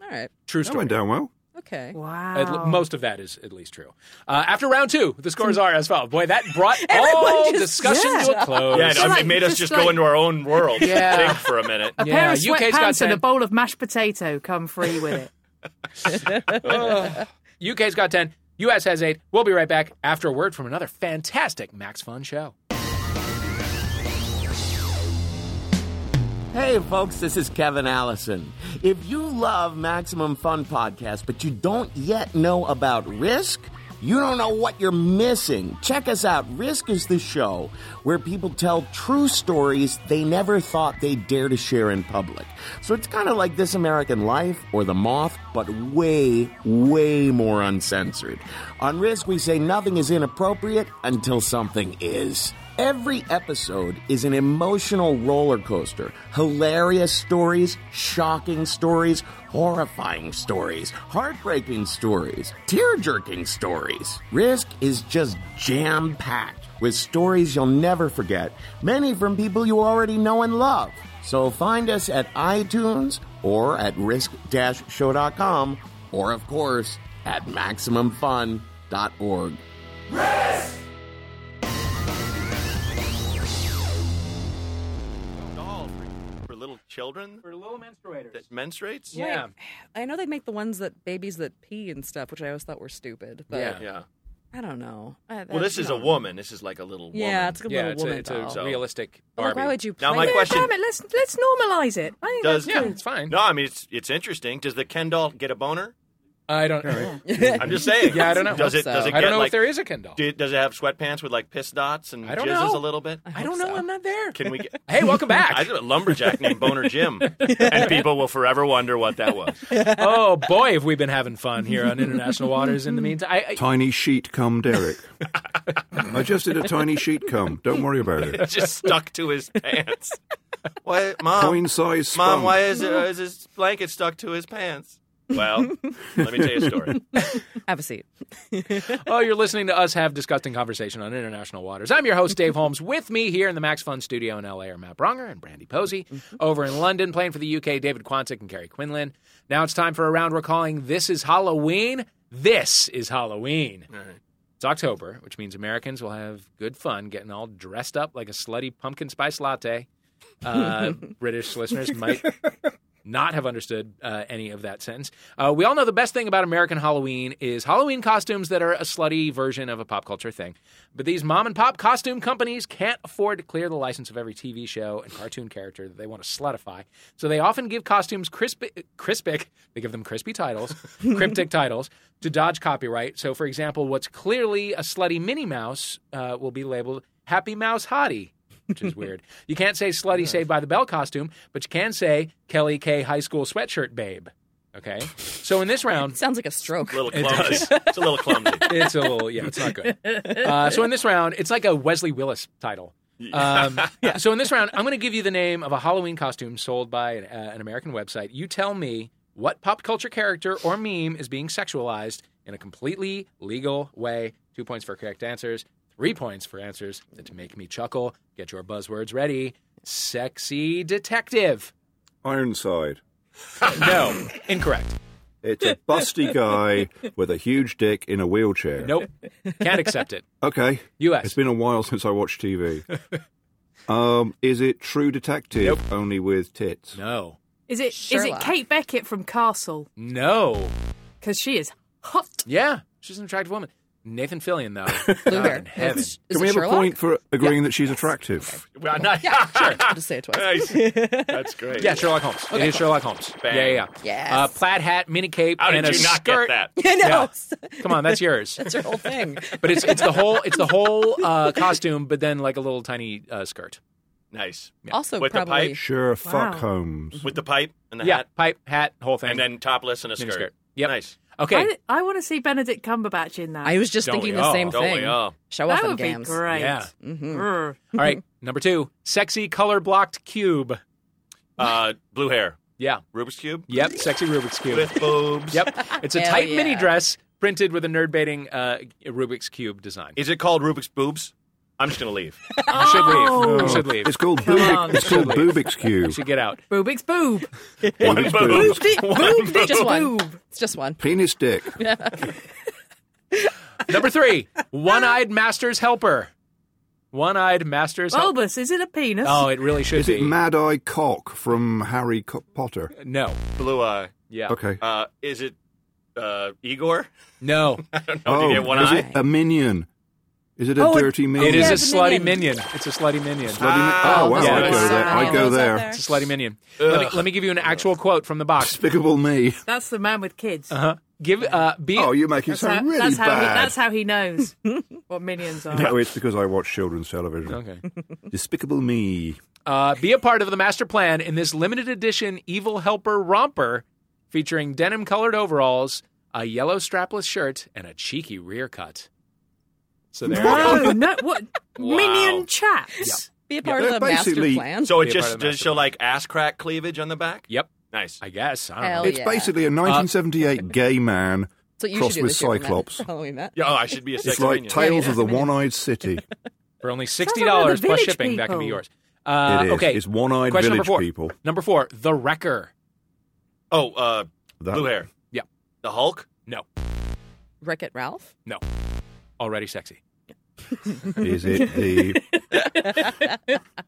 Speaker 5: All right.
Speaker 1: True
Speaker 4: That
Speaker 1: story.
Speaker 4: went down well.
Speaker 5: Okay.
Speaker 2: Wow.
Speaker 1: At l- most of that is at least true. Uh, after round two, the scores are as follows. Boy, that brought
Speaker 5: Everyone
Speaker 1: all
Speaker 5: just-
Speaker 1: discussion
Speaker 2: Yeah.
Speaker 1: to a close.
Speaker 3: Yeah, I know,
Speaker 2: So,
Speaker 3: it
Speaker 2: like,
Speaker 3: made us
Speaker 2: just
Speaker 3: just
Speaker 2: like-
Speaker 3: go into our own world.
Speaker 1: Yeah.
Speaker 3: Think for a minute.
Speaker 2: a
Speaker 1: Yeah,
Speaker 2: pair of
Speaker 1: UK's got
Speaker 2: sweatpants and a
Speaker 1: ten.
Speaker 2: bowl of mashed potato come free with it.
Speaker 1: UK's got 10, US has 8. We'll be right back after a word from another fantastic Max Fun show.
Speaker 9: Hey, folks, this is Kevin Allison. If you love Maximum Fun Podcast, but you don't yet know about Risk, you don't know what you're missing. Check us out. Risk is the show where people tell true stories they never thought they'd dare to share in public. So it's kind of like This American Life or The Moth, but way, way more uncensored. On Risk, we say nothing is inappropriate until something is. Every episode is an emotional roller coaster. Hilarious stories, shocking stories, horrifying stories, heartbreaking stories, tear jerking stories. Risk is just jam packed with stories you'll never forget, many from people you already know and love. So find us at iTunes or at risk show.com or, of course, at MaximumFun.org.
Speaker 3: Doll for, for little children
Speaker 1: For little menstruators.
Speaker 3: that menstruates.
Speaker 1: Yeah.
Speaker 5: Wait, I know they make the ones that babies that pee and stuff, which I always thought were stupid. But
Speaker 1: Yeah.
Speaker 3: Yeah.
Speaker 5: I don't know. I,
Speaker 3: Well, this is a
Speaker 5: woman.
Speaker 3: woman. This is like a little woman.
Speaker 5: Yeah, it's a
Speaker 1: yeah,
Speaker 5: little
Speaker 1: it's
Speaker 5: woman
Speaker 1: a, it's a
Speaker 5: doll.
Speaker 3: So-
Speaker 1: realistic
Speaker 5: Well,
Speaker 1: Barbie.
Speaker 5: like, why would you play?
Speaker 3: Now, my
Speaker 5: with
Speaker 2: Yeah,
Speaker 3: question-
Speaker 2: damn it, let's let's normalise it. I think
Speaker 3: Does
Speaker 2: that's good.
Speaker 1: it's fine.
Speaker 3: No, I mean it's it's interesting. Does the Ken doll get a boner?
Speaker 1: I don't know.
Speaker 3: I'm just saying.
Speaker 1: Yeah, I don't know.
Speaker 3: Does it?
Speaker 5: Hope so.
Speaker 3: Does it
Speaker 1: I
Speaker 3: get
Speaker 1: don't know
Speaker 3: like?
Speaker 1: if there is a Ken doll.
Speaker 3: do- does it have sweatpants with like piss dots and
Speaker 1: I don't
Speaker 3: jizzes
Speaker 1: know.
Speaker 3: a little bit?
Speaker 1: I don't know. I'm not there.
Speaker 3: Can we get?
Speaker 1: Hey, welcome back.
Speaker 3: I did a lumberjack named Boner Jim, and people will forever wonder what that was.
Speaker 1: oh boy, have we been having fun here on international waters. In the meantime, I, I,
Speaker 4: Tiny sheet cum, Derek. I just did a tiny sheet cum. Don't worry about it.
Speaker 3: Just stuck to his pants. Why, mom?
Speaker 4: Coin size
Speaker 3: Mom,
Speaker 4: spunk.
Speaker 3: why is, uh, is his blanket stuck to his pants? Well, let me tell you a story.
Speaker 5: Have a seat.
Speaker 1: oh, you're listening to us have disgusting conversation on international waters. I'm your host Dave Holmes. With me here in the Max Fun Studio in LA are Matt Bronger and Brandy Posey. Over in London, playing for the UK, David Quantick and Kerry Quinlan. Now it's time for a round we're calling "This Is Halloween." This is Halloween. It's October, which means Americans will have good fun getting all dressed up like a slutty pumpkin spice latte. Uh, British listeners might not have understood uh, any of that sentence. Uh, we all know the best thing about American Halloween is Halloween costumes that are a slutty version of a pop culture thing. But these mom and pop costume companies can't afford to clear the license of every TV show and cartoon character that they want to slutify. So they often give costumes crisp, crispic, they give them crispy titles, cryptic titles, to dodge copyright. So, for example, what's clearly a slutty Minnie Mouse uh, will be labeled Happy Mouse Hottie which is weird. You can't say slutty saved by the bell costume, but you can say Kelly K high school sweatshirt babe. Okay. So in this round,
Speaker 5: Sounds like a stroke.
Speaker 3: A little clumsy. it's a little clumsy.
Speaker 1: it's a little, yeah, it's not good. Uh, so in this round, it's like a Wesley Willis title. Um, So in this round, I'm going to give you the name of a Halloween costume sold by an, uh, an American website. You tell me what pop culture character or meme is being sexualized in a completely legal way. Two points for correct answers, three points for answers that make me chuckle. Get your buzzwords ready. Sexy detective.
Speaker 4: Ironside.
Speaker 1: No, incorrect.
Speaker 4: It's a busty guy with a huge dick in a wheelchair.
Speaker 1: Nope. Can't accept it.
Speaker 4: Okay.
Speaker 1: U.S.
Speaker 4: It's been a while since I watched TV. um, is it True Detective only with tits?
Speaker 1: no.
Speaker 2: Is it is
Speaker 5: Sherlock.
Speaker 2: it Kate Beckett from Castle?
Speaker 1: No.
Speaker 2: Because she is hot.
Speaker 1: Yeah, she's an attractive woman. Nathan Fillion, though.
Speaker 5: Blue
Speaker 1: God
Speaker 5: Bear.
Speaker 1: in heaven.
Speaker 5: Is,
Speaker 4: Can
Speaker 5: is
Speaker 4: we
Speaker 5: it
Speaker 4: have
Speaker 5: Sherlock?
Speaker 4: a point for agreeing that she's attractive?
Speaker 3: Well, not-
Speaker 5: I'll just say it twice.
Speaker 3: Nice. That's great.
Speaker 1: Yeah, Sherlock Holmes. It is Sherlock Holmes.
Speaker 3: Bang.
Speaker 1: Yeah, yeah.
Speaker 5: Yes.
Speaker 1: Uh, plaid hat, mini cape,
Speaker 3: How
Speaker 1: and
Speaker 3: did
Speaker 1: a
Speaker 3: you not
Speaker 1: skirt.
Speaker 3: get that?
Speaker 5: I know.
Speaker 1: Yeah. Come on, that's yours.
Speaker 5: It's your whole thing.
Speaker 1: But it's it's the whole it's the whole uh, costume, but then like a little tiny uh, skirt.
Speaker 3: Nice.
Speaker 5: Also,
Speaker 3: With the
Speaker 5: probably
Speaker 3: pipe?
Speaker 4: Sure, fuck
Speaker 2: Wow.
Speaker 4: Holmes.
Speaker 3: With the pipe and the
Speaker 1: yeah,
Speaker 3: hat,
Speaker 1: pipe, hat, whole thing,
Speaker 3: and then topless and a skirt.
Speaker 1: miniskirt. Yep.
Speaker 3: Nice.
Speaker 1: Okay,
Speaker 2: I, I want to see Benedict Cumberbatch in that.
Speaker 5: I was just
Speaker 1: Don't
Speaker 5: thinking
Speaker 1: we
Speaker 5: the
Speaker 1: all?
Speaker 5: same
Speaker 3: Don't we
Speaker 5: thing.
Speaker 3: all?
Speaker 5: Show off
Speaker 2: that
Speaker 5: them
Speaker 2: would
Speaker 5: gams.
Speaker 2: be great.
Speaker 1: Yeah.
Speaker 3: Mm-hmm.
Speaker 2: Brr.
Speaker 1: all right. Number two, sexy color blocked cube.
Speaker 3: Uh, blue hair.
Speaker 1: Yeah.
Speaker 3: Rubik's cube.
Speaker 1: Yep. Sexy Rubik's cube.
Speaker 3: With boobs.
Speaker 1: yep. It's a
Speaker 5: Hell
Speaker 1: tight
Speaker 5: yeah.
Speaker 1: mini dress printed with a nerd baiting uh, Rubik's cube design.
Speaker 3: Is it called Rubik's boobs? I'm just gonna leave.
Speaker 1: you should leave.
Speaker 4: Oh,
Speaker 1: You should leave.
Speaker 4: It's called
Speaker 2: on,
Speaker 4: Bubik, It's
Speaker 1: you
Speaker 4: called
Speaker 1: should leave.
Speaker 4: Bubik's Cube.
Speaker 1: You should get out.
Speaker 2: Boobix boob.
Speaker 3: One
Speaker 4: Bubik's
Speaker 3: boob.
Speaker 4: boobs.
Speaker 3: One boob.
Speaker 5: Just one. It's just one.
Speaker 4: Penis dick.
Speaker 1: Number three, one-eyed master's helper. One-eyed master's helper.
Speaker 2: Bulbous, is it a penis?
Speaker 1: Oh, it really should
Speaker 4: Is
Speaker 1: be.
Speaker 4: it Mad Eye Cock from Harry Co- Potter?
Speaker 1: no.
Speaker 3: Blue eye.
Speaker 1: Yeah.
Speaker 4: Okay.
Speaker 3: Uh, is it uh, Igor?
Speaker 1: No.
Speaker 3: Oh, do you
Speaker 4: oh,
Speaker 3: get one
Speaker 4: is
Speaker 3: eye?
Speaker 4: it a minion? Is it a
Speaker 2: Oh, it-
Speaker 4: dirty minion?
Speaker 1: It is
Speaker 5: yeah,
Speaker 1: a
Speaker 5: it's a
Speaker 1: slutty
Speaker 5: minion.
Speaker 1: minion. It's a slutty minion.
Speaker 4: Bloody mi-
Speaker 3: Ah,
Speaker 4: oh, wow.
Speaker 1: yeah,
Speaker 4: I
Speaker 1: that's
Speaker 4: go there.
Speaker 5: right.
Speaker 4: I go
Speaker 5: Those out
Speaker 4: there.
Speaker 5: there.
Speaker 1: It's a slutty minion. Let me, let me give you an actual quote from the box.
Speaker 4: Despicable me.
Speaker 2: That's the man with kids.
Speaker 1: Uh-huh. Give uh, be
Speaker 4: Oh, you make it
Speaker 2: That's,
Speaker 4: sound
Speaker 2: how,
Speaker 4: really
Speaker 2: that's, how
Speaker 4: bad.
Speaker 2: he, that's how he knows what minions are.
Speaker 4: No, it's because I watch children's television.
Speaker 1: okay.
Speaker 4: Despicable Me.
Speaker 1: Uh, be a part of the master plan in this limited edition evil helper romper, featuring denim colored overalls, a yellow strapless shirt, and a cheeky rear cut. So there. you go.
Speaker 2: No, no, what
Speaker 3: Wow.
Speaker 2: minion chaps?
Speaker 5: Be a part
Speaker 4: Yeah,
Speaker 5: of the master
Speaker 4: basically-
Speaker 5: plan.
Speaker 3: So it
Speaker 1: Be a part
Speaker 3: just
Speaker 1: of the
Speaker 3: does show like ass crack cleavage on the back.
Speaker 1: Yep.
Speaker 3: Nice.
Speaker 1: I guess. I don't
Speaker 5: Hell
Speaker 1: know.
Speaker 4: it's
Speaker 5: yeah.
Speaker 1: Uh,
Speaker 4: basically a 1978 gay man
Speaker 5: So you
Speaker 4: crossed
Speaker 5: should do
Speaker 4: with
Speaker 5: this year for Matt-
Speaker 4: Cyclops.
Speaker 5: for Halloween, Matt.
Speaker 3: Yeah, oh, I should be a sex
Speaker 4: It's like
Speaker 3: minion.
Speaker 4: Tales
Speaker 5: Yeah,
Speaker 4: of the One-Eyed City.
Speaker 1: For only
Speaker 2: like
Speaker 1: sixty
Speaker 2: one of the
Speaker 1: dollars plus
Speaker 2: village
Speaker 1: shipping, that can be
Speaker 2: people.
Speaker 1: yours. Uh,
Speaker 4: It is.
Speaker 1: Okay,
Speaker 4: It's one-eyed
Speaker 1: Question number
Speaker 4: village
Speaker 1: four.
Speaker 4: people.
Speaker 1: Number four, the wrecker.
Speaker 3: oh, uh,
Speaker 4: That-
Speaker 3: blue hair.
Speaker 1: Yeah.
Speaker 3: The Hulk.
Speaker 1: No,
Speaker 5: Wreck It Ralph.
Speaker 1: no, already sexy.
Speaker 4: Is it the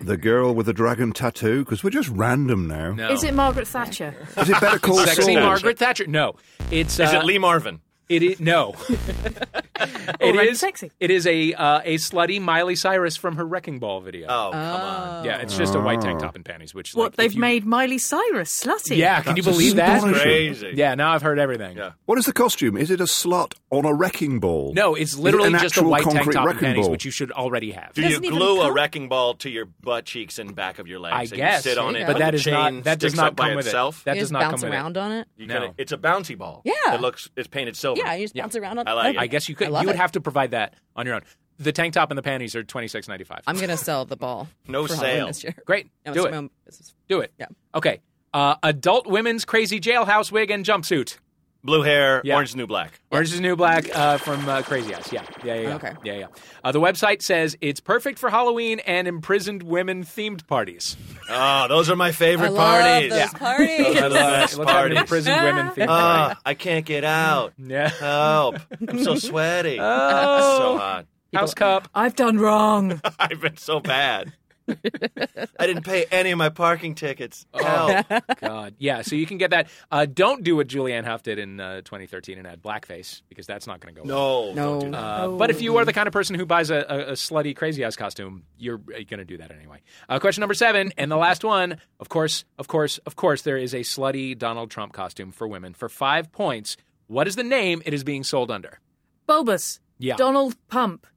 Speaker 4: the girl with the dragon tattoo? Because we're just random now.
Speaker 1: No,
Speaker 2: Is it Margaret Thatcher?
Speaker 4: Is it Better Call
Speaker 1: sexy
Speaker 4: Saul?
Speaker 1: Margaret Thatcher? No, it's uh,
Speaker 3: Is it Lee Marvin?
Speaker 1: It is no. it
Speaker 2: Already
Speaker 1: is
Speaker 2: Oh, sexy.
Speaker 1: It is a uh, a slutty Miley Cyrus from her wrecking ball video.
Speaker 3: Oh, come on.
Speaker 1: Yeah, it's just a white tank
Speaker 4: Oh.
Speaker 1: top and panties, which like,
Speaker 2: what
Speaker 1: if
Speaker 2: they've
Speaker 1: you-
Speaker 2: made Miley Cyrus slutty?
Speaker 1: Yeah, can you
Speaker 4: That's
Speaker 1: believe that?
Speaker 4: astonishing.
Speaker 3: Crazy.
Speaker 1: Yeah, now I've heard everything.
Speaker 3: Yeah.
Speaker 4: What is the costume? Is it a slut on a wrecking ball?
Speaker 1: No, it's literally
Speaker 4: Is it an
Speaker 1: just a
Speaker 4: actual
Speaker 1: white tank
Speaker 4: concrete
Speaker 1: top and
Speaker 4: wrecking
Speaker 1: panties,
Speaker 4: ball?
Speaker 1: which you should already have.
Speaker 3: Do you
Speaker 5: Doesn't even
Speaker 3: glue a
Speaker 5: come-
Speaker 3: wrecking ball to your butt cheeks and back of your legs?
Speaker 1: I
Speaker 3: and you
Speaker 1: guess,
Speaker 3: sit on it,
Speaker 1: but
Speaker 3: like
Speaker 1: that
Speaker 3: the
Speaker 1: is
Speaker 3: chain
Speaker 1: not that does
Speaker 3: sticks
Speaker 1: not
Speaker 3: up by
Speaker 1: come with
Speaker 3: itself.
Speaker 1: it. That
Speaker 5: you
Speaker 1: does
Speaker 5: just
Speaker 1: not come
Speaker 5: bounce
Speaker 1: with
Speaker 5: around
Speaker 1: it.
Speaker 5: on it.
Speaker 3: You
Speaker 1: No.
Speaker 3: gotta- it's a bouncy ball.
Speaker 5: Yeah.
Speaker 3: it looks it's painted silver.
Speaker 5: Yeah, you just bounce around on
Speaker 3: I like it.
Speaker 1: I guess you could.
Speaker 5: I love
Speaker 1: You would
Speaker 5: it.
Speaker 1: have to provide that on your own. The tank top and the panties are twenty six ninety five.
Speaker 5: I'm gonna sell the ball.
Speaker 3: No
Speaker 5: for
Speaker 3: sale.
Speaker 5: Halloween this year.
Speaker 1: Great.
Speaker 5: No,
Speaker 1: Do
Speaker 5: it's
Speaker 1: it.
Speaker 5: my own business.
Speaker 1: Do it.
Speaker 5: Yeah.
Speaker 1: Okay. Uh, adult women's crazy jailhouse wig and jumpsuit.
Speaker 3: Blue hair,
Speaker 1: Yeah.
Speaker 3: orange is the new black.
Speaker 1: Orange is the New Black uh, from uh, Crazy Eyes. Yeah. Yeah. Yeah. yeah.
Speaker 5: Okay.
Speaker 1: Yeah. Yeah. Uh, the website says it's perfect for Halloween and imprisoned women themed parties.
Speaker 3: Oh, those are my
Speaker 5: I
Speaker 3: favorite
Speaker 5: love
Speaker 3: parties.
Speaker 5: those parties.
Speaker 1: I love it. Let's
Speaker 3: best
Speaker 1: have an
Speaker 3: parties.
Speaker 1: imprisoned women themed
Speaker 3: Ah,
Speaker 1: party.
Speaker 3: I can't get out.
Speaker 1: Yeah.
Speaker 3: Help! I'm so sweaty.
Speaker 1: Oh.
Speaker 3: so hot.
Speaker 1: House cup.
Speaker 2: I've done wrong.
Speaker 3: I've been so bad. I didn't pay any of my parking tickets.
Speaker 1: Oh.
Speaker 3: Hell.
Speaker 1: God. Yeah, so you can get that. Uh, don't do what Julianne Hough did in uh, 2013 and add blackface because that's not going to go well.
Speaker 3: No.
Speaker 5: No.
Speaker 1: Uh, but if you are the kind of person who buys a, a, a slutty crazy house costume, you're going to do that anyway. Uh, question number seven, and the last one. Of course, of course, of course, there is a slutty Donald Trump costume for women for five points. What is the name it is being sold under?
Speaker 2: Bulbous.
Speaker 1: Yeah.
Speaker 2: Donald Pump.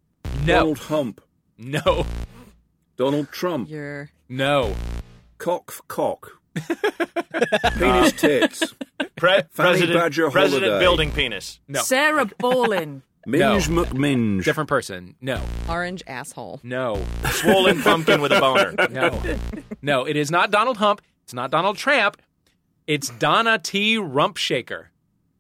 Speaker 1: No,
Speaker 4: Donald Hump.
Speaker 1: no,
Speaker 4: Donald Trump.
Speaker 5: You're
Speaker 1: no.
Speaker 4: Cock f- cock. Penis tits.
Speaker 3: Pre- President,
Speaker 4: Badger
Speaker 3: President
Speaker 4: Holiday.
Speaker 3: Building Penis.
Speaker 1: No.
Speaker 2: Sarah Ballin.
Speaker 4: Minge McMinge.
Speaker 1: Different person. No,
Speaker 5: orange asshole.
Speaker 1: no,
Speaker 3: Swollen pumpkin with a boner.
Speaker 1: no, no. It is not Donald Hump. It's not Donald Tramp. It's Donna T. Rumpshaker.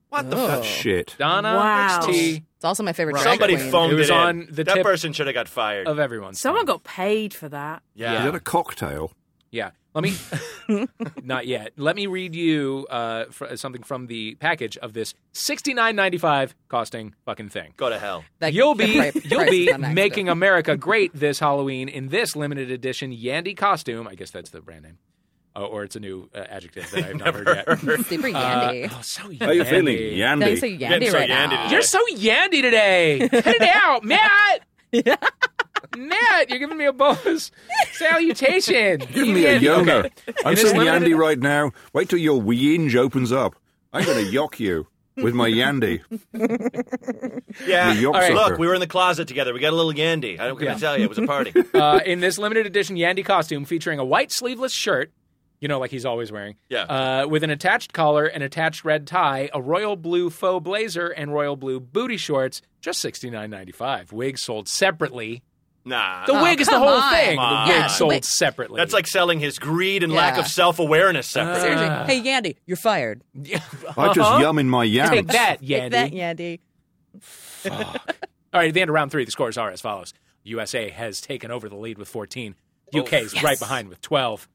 Speaker 3: What the
Speaker 5: Oh.
Speaker 3: fuck?
Speaker 4: Shit.
Speaker 1: Donna
Speaker 2: Wow.
Speaker 1: T.
Speaker 5: It's also my favorite. drag
Speaker 3: Somebody
Speaker 5: queen.
Speaker 3: phoned
Speaker 1: It was
Speaker 3: in.
Speaker 1: on the
Speaker 3: that
Speaker 1: tip-
Speaker 3: person should have got fired.
Speaker 1: of everyone.
Speaker 2: Someone got paid for that.
Speaker 4: Is
Speaker 3: yeah.
Speaker 4: that a cocktail?
Speaker 1: Yeah. Let me, not yet. Let me read you uh, fr- something from the package of this sixty nine ninety five costing fucking thing.
Speaker 3: Go to hell.
Speaker 5: That-
Speaker 1: you'll
Speaker 5: the
Speaker 1: be
Speaker 5: pri-
Speaker 1: you'll
Speaker 5: price is
Speaker 1: be
Speaker 5: not an accident.
Speaker 1: making America great this Halloween in this limited edition Yandy costume. I guess that's the brand name, Uh, or it's a new uh, adjective that I've not heard yet.
Speaker 5: super
Speaker 1: Uh,
Speaker 5: yandy.
Speaker 1: oh, so
Speaker 4: How you feeling,
Speaker 1: Yandy.
Speaker 4: Yandy?
Speaker 5: Thanks for yandy
Speaker 3: Getting so
Speaker 5: right
Speaker 3: yandy
Speaker 5: now.
Speaker 3: today.
Speaker 1: You're so yandy today. Cut it out, Matt. Matt, you're giving me a bonus salutation.
Speaker 4: Give me a
Speaker 1: Yandy.
Speaker 4: yoga.
Speaker 1: Okay.
Speaker 4: I'm
Speaker 1: It is
Speaker 4: so
Speaker 1: limited-
Speaker 4: Yandy right now. Wait till your whinge opens up. I'm going to yock you with my Yandy.
Speaker 3: Yeah.
Speaker 4: The York
Speaker 3: All right.
Speaker 4: sucker.
Speaker 3: Look, we were in the closet together. We got a little yandy. I don't gonna
Speaker 1: Yeah.
Speaker 3: tell you, it was a party.
Speaker 1: uh, in this limited edition Yandy costume featuring a white sleeveless shirt, you know, like he's always wearing.
Speaker 3: Yeah.
Speaker 1: Uh, with an attached collar, an attached red tie, a royal blue faux blazer, and royal blue booty shorts, just sixty nine ninety five. Wig sold separately.
Speaker 3: nah.
Speaker 1: The wig is the
Speaker 5: come
Speaker 1: whole
Speaker 5: on.
Speaker 1: thing.
Speaker 3: Come
Speaker 1: The wig
Speaker 5: on.
Speaker 1: sold
Speaker 5: Wait.
Speaker 1: separately.
Speaker 3: That's like selling his greed and lack
Speaker 5: Yeah.
Speaker 3: of self awareness
Speaker 1: Uh,
Speaker 3: separately.
Speaker 5: Seriously. hey yandy, you're fired.
Speaker 4: I just yum in my
Speaker 1: Uh-huh. Take
Speaker 4: yams.
Speaker 1: that,
Speaker 5: Take
Speaker 1: Yandy.
Speaker 5: that yandy.
Speaker 1: All right, at the end of round three, the scores are as follows. USA has taken over the lead with 14. UK is right behind with 12.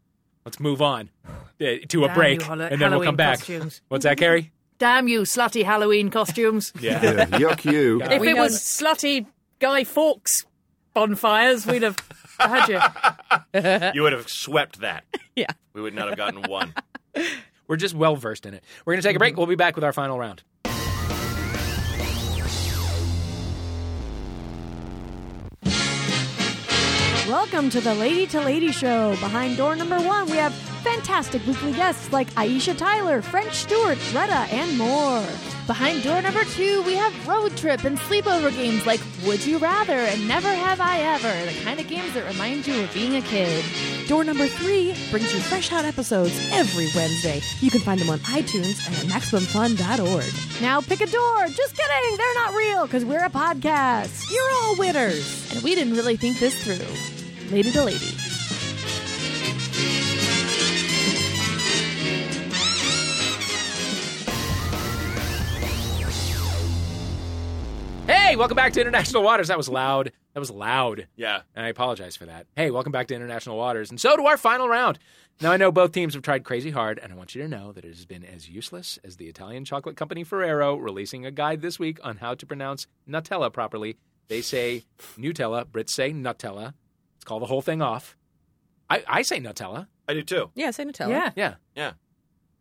Speaker 1: Let's move on uh, to a
Speaker 2: Damn
Speaker 1: break,
Speaker 2: you, Hol-
Speaker 1: and then we'll come
Speaker 2: Halloween
Speaker 1: back.
Speaker 2: costumes.
Speaker 1: What's that, Carrie?
Speaker 2: Damn you, slutty Halloween costumes.
Speaker 1: Yeah.
Speaker 4: Yeah, yuck you.
Speaker 2: If
Speaker 5: We
Speaker 2: it
Speaker 5: know-
Speaker 2: was slutty Guy Fawkes bonfires, we'd have had you.
Speaker 3: You would have swept that.
Speaker 5: Yeah.
Speaker 3: We would not have gotten one.
Speaker 1: We're just well versed in it. We're going to take a break. We'll be back with our final round.
Speaker 10: Welcome to the Lady to Lady Show. Behind door number one, we have fantastic weekly guests like Aisha Tyler, French Stewart, Greta, and more. Behind door number two, we have road trip and sleepover games like Would You Rather and Never Have I Ever, the kind of games that remind you of being a kid.
Speaker 11: Door number three brings you fresh hot episodes every Wednesday. You can find them on iTunes and at MaximumFun.org.
Speaker 10: Now pick a door. Just kidding, they're not real because we're a podcast.
Speaker 11: You're all winners!
Speaker 10: And we didn't really think this through. Lady to Lady.
Speaker 1: Hey, welcome back to International Waters. That was loud. That was loud.
Speaker 3: Yeah.
Speaker 1: And I apologize for that. Hey, welcome back to International Waters. And so to our final round. Now, I know both teams have tried crazy hard, and I want you to know that it has been as useless as the Italian chocolate company Ferrero releasing a guide this week on how to pronounce Nutella properly. They say Nutella, Brits say Nutella. Let's call the whole thing off. I, I say Nutella.
Speaker 3: I do too.
Speaker 5: Yeah, say Nutella.
Speaker 2: Yeah.
Speaker 1: Yeah.
Speaker 3: Yeah.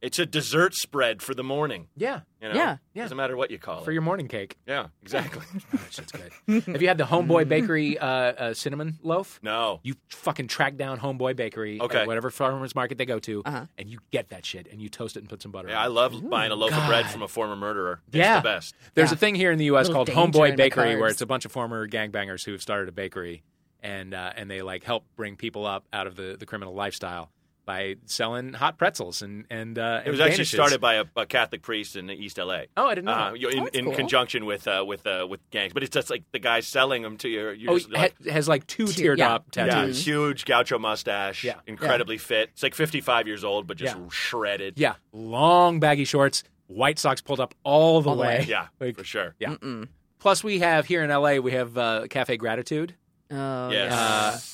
Speaker 3: It's a dessert spread for the morning.
Speaker 1: Yeah.
Speaker 3: You know?
Speaker 5: Yeah.
Speaker 1: Yeah.
Speaker 3: Doesn't matter what you call it.
Speaker 1: For your morning cake.
Speaker 3: yeah, exactly.
Speaker 1: Shit's good. have you had the Homeboy Bakery uh, uh, cinnamon loaf?
Speaker 3: no.
Speaker 1: You fucking track down Homeboy Bakery,
Speaker 3: Okay.
Speaker 1: or whatever farmers market they go to,
Speaker 5: Uh-huh.
Speaker 1: and you get that shit and you toast it and put some butter.
Speaker 3: Yeah, I
Speaker 1: on. it.
Speaker 3: love buying a loaf of bread
Speaker 1: God.
Speaker 3: from a former murderer. It's
Speaker 1: Yeah.
Speaker 3: the best.
Speaker 1: There's
Speaker 5: Yeah.
Speaker 1: a thing here in the U.S.
Speaker 5: Little
Speaker 1: called
Speaker 5: danger in
Speaker 1: Homeboy
Speaker 5: the
Speaker 1: Bakery, where
Speaker 5: carbs.
Speaker 1: it's a bunch of former gangbangers who've started a bakery, and uh, and they like help bring people up out of the, the criminal lifestyle by selling hot pretzels and and uh,
Speaker 3: It was actually started by a, a Catholic priest in East LA.
Speaker 1: Oh, I didn't know
Speaker 3: Uh,
Speaker 1: that.
Speaker 3: you- in,
Speaker 5: Oh, that's
Speaker 3: in
Speaker 5: cool.
Speaker 3: conjunction with uh, with uh, with gangs, but it's just like the guy selling them to you. You're
Speaker 1: Oh,
Speaker 3: just like,
Speaker 1: ha- has like two
Speaker 5: Tear-
Speaker 1: teardrop
Speaker 5: yeah.
Speaker 3: yeah,
Speaker 1: tattoos.
Speaker 3: huge gaucho mustache,
Speaker 1: Yeah.
Speaker 3: incredibly fit. It's like 55 years old, but just
Speaker 1: Yeah.
Speaker 3: shredded.
Speaker 1: Yeah. long baggy shorts, white socks pulled up all the
Speaker 5: All the
Speaker 1: way.
Speaker 5: way.
Speaker 3: yeah,
Speaker 1: Like-
Speaker 3: for sure.
Speaker 1: Yeah. Plus, we have here in L.A. we have uh, Cafe Gratitude.
Speaker 5: Oh,
Speaker 3: Yes.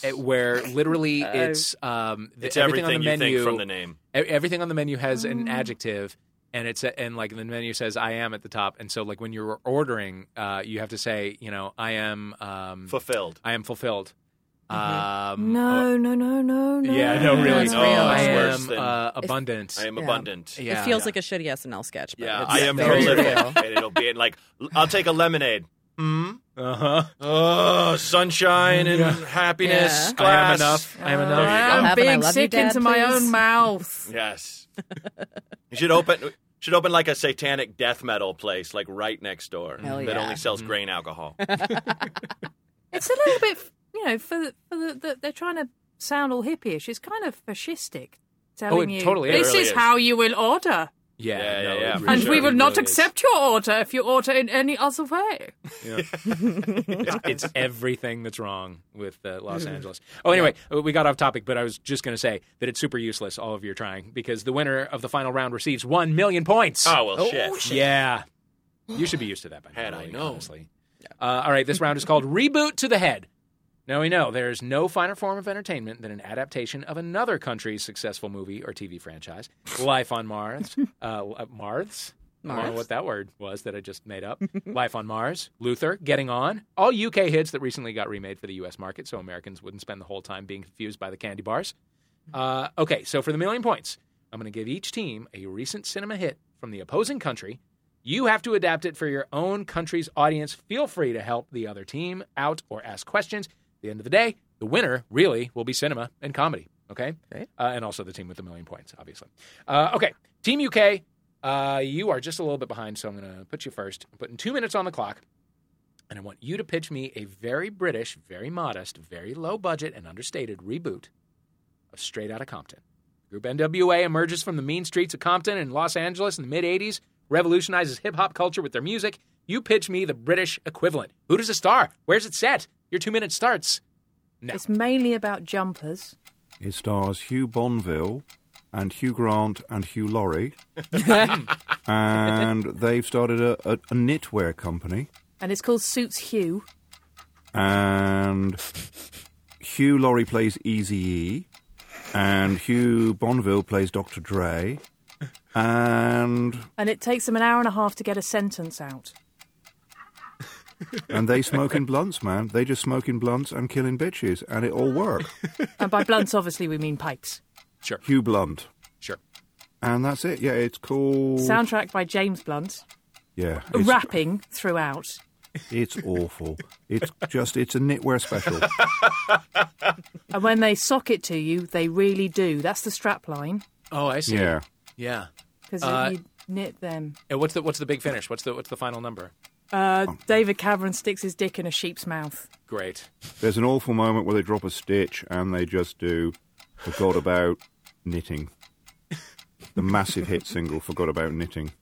Speaker 1: uh, it- where literally it's um, th-
Speaker 3: It's everything,
Speaker 1: on the
Speaker 3: you
Speaker 1: menu.
Speaker 3: think from the name.
Speaker 1: e- everything on the menu has
Speaker 2: Mm.
Speaker 1: an adjective, and it's a, and like the menu says "I am" at the top, and so like when you're ordering, uh, you have to say, you know, I am, um,
Speaker 3: Fulfilled.
Speaker 1: I am fulfilled, Um,
Speaker 2: Mm-hmm. No, no, no, no, no.
Speaker 1: Yeah, no, really.
Speaker 5: it's
Speaker 1: no,
Speaker 5: real.
Speaker 1: I
Speaker 5: It's
Speaker 1: am
Speaker 5: worse
Speaker 3: than-
Speaker 1: uh, abundant.
Speaker 3: I am abundant.
Speaker 1: Yeah.
Speaker 5: it feels
Speaker 1: Yeah.
Speaker 5: like a shitty SNL sketch. But
Speaker 3: Yeah,
Speaker 5: it's
Speaker 3: I am
Speaker 5: very
Speaker 3: prolific,
Speaker 5: real.
Speaker 3: and it'll be in like I'll take a lemonade. Hmm.
Speaker 1: Uh huh.
Speaker 3: Oh, sunshine and happiness.
Speaker 5: Yeah.
Speaker 1: I am
Speaker 3: Glass.
Speaker 1: enough.
Speaker 2: Ah.
Speaker 1: I am
Speaker 3: There you
Speaker 1: enough.
Speaker 3: go.
Speaker 2: I am
Speaker 5: Have an I
Speaker 2: being
Speaker 5: love you,
Speaker 2: sick
Speaker 5: Dad,
Speaker 2: into my
Speaker 5: please.
Speaker 2: own mouth.
Speaker 3: Yes. you should open should open like a satanic death metal place, like right next door
Speaker 5: Hell
Speaker 3: that
Speaker 5: yeah.
Speaker 3: only sells
Speaker 1: Mm-hmm.
Speaker 3: grain alcohol.
Speaker 2: It's a little bit, you know, for the, for the, the they're trying to sound all hippie-ish. It's kind of fascistic. Telling
Speaker 1: Oh, it
Speaker 2: you,
Speaker 1: totally is.
Speaker 2: this is
Speaker 3: Really is.
Speaker 2: how you will order,
Speaker 1: Yeah,
Speaker 3: Yeah,
Speaker 1: no,
Speaker 3: yeah,
Speaker 1: it
Speaker 3: yeah, for
Speaker 1: really
Speaker 2: and
Speaker 3: sure.
Speaker 2: we will not
Speaker 1: really is.
Speaker 2: accept your order if you order in any other way.
Speaker 1: it's everything that's wrong with uh, Los Angeles. Oh, anyway, uh, we got off topic, but I was just going to say that it's super useless, all of your trying, because the winner of the final round receives 1 million points.
Speaker 3: oh well, shit.
Speaker 1: Yeah. You should be used to that by now.
Speaker 3: Had I
Speaker 1: really,
Speaker 3: known.
Speaker 1: Honestly. Uh, all right, this round is called Reboot to the Head. Now we know there is no finer form of entertainment than an adaptation of another country's successful movie or TV franchise. Life on Mars. Uh, Mars? I don't know
Speaker 5: Mars.
Speaker 1: what that word was that I just made up. Life on Mars, Luther, Getting On, all UK hits that recently got remade for the US market so Americans wouldn't spend the whole time being confused by the candy bars. Uh, okay, so for the million points, I'm going to give each team a recent cinema hit from the opposing country. You have to adapt it for your own country's audience. Feel free to help the other team out or ask questions. At the end of the day, the winner really will be cinema and comedy. Okay,
Speaker 5: Great.
Speaker 1: Uh, and also the team with the million points, obviously. Uh, okay, Team UK, uh, you are just a little bit behind, so I'm going to put you first. I'm putting two minutes on the clock. And I want you to pitch me a very British, very modest, very low budget, and understated reboot of Straight Outta Compton. Group NWA emerges from the mean streets of Compton in Los Angeles in the mid 80s, revolutionizes hip hop culture with their music. You pitch me the British equivalent. Who does it star? Where's it set? Your two minutes starts. No.
Speaker 2: It's mainly about jumpers.
Speaker 4: It stars Hugh Bonville and Hugh Grant and Hugh Laurie. and they've started a, a, a knitwear company.
Speaker 2: And it's called Suits Hugh.
Speaker 4: And Hugh Laurie plays Easy E. And Hugh Bonville plays Dr. Dre. And
Speaker 2: And it takes them an hour and a half to get a sentence out.
Speaker 4: and they smoke in blunts, man. They just smoke in blunts and killing bitches, and it all work.
Speaker 2: And by blunts, obviously, we mean pipes.
Speaker 1: Sure,
Speaker 4: Hugh Blunt,
Speaker 1: sure.
Speaker 4: and that's it. Yeah, it's called.
Speaker 2: Soundtrack by James Blunt.
Speaker 4: yeah, it's,
Speaker 2: Rapping throughout.
Speaker 4: it's awful. It's just it's a knitwear special.
Speaker 2: And when they sock it to you, they really do. That's the strap line.
Speaker 1: Oh, I see.
Speaker 4: Yeah.
Speaker 1: Yeah.
Speaker 2: Because
Speaker 1: Uh,
Speaker 2: you knit them.
Speaker 1: And what's the what's the big finish? What's the what's the final number?
Speaker 2: Uh, David Cameron sticks his dick in a sheep's mouth.
Speaker 1: Great.
Speaker 4: There's an awful moment where they drop a stitch and they just do Forgot About Knitting. The massive hit single, Forgot About Knitting.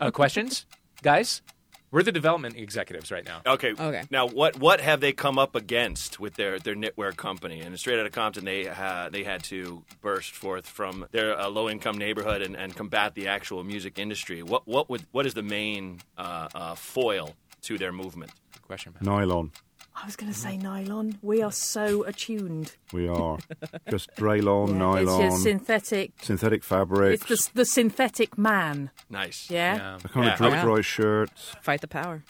Speaker 1: Uh, questions, guys? We're the development executives right now.
Speaker 3: Okay.
Speaker 5: Okay.
Speaker 3: Now, what what have they come up against with their, their knitwear company? And straight out of Compton, they uh, they had to burst forth from their uh, low income neighborhood and, and combat the actual music industry. What what would what is the main uh, uh, foil to their movement?
Speaker 1: Good question. Matt.
Speaker 4: Nylon.
Speaker 2: I was going to say nylon. We are so attuned.
Speaker 4: We are. Just Draylon,
Speaker 2: Yeah,
Speaker 4: nylon,
Speaker 2: It's just synthetic.
Speaker 4: synthetic
Speaker 2: It's
Speaker 4: fabrics,
Speaker 2: the, the synthetic man.
Speaker 3: Nice.
Speaker 2: Yeah.
Speaker 1: Yeah.
Speaker 4: a kind
Speaker 3: Yeah.
Speaker 4: of drip
Speaker 5: Yeah.
Speaker 4: dry shirts.
Speaker 5: Fight the power.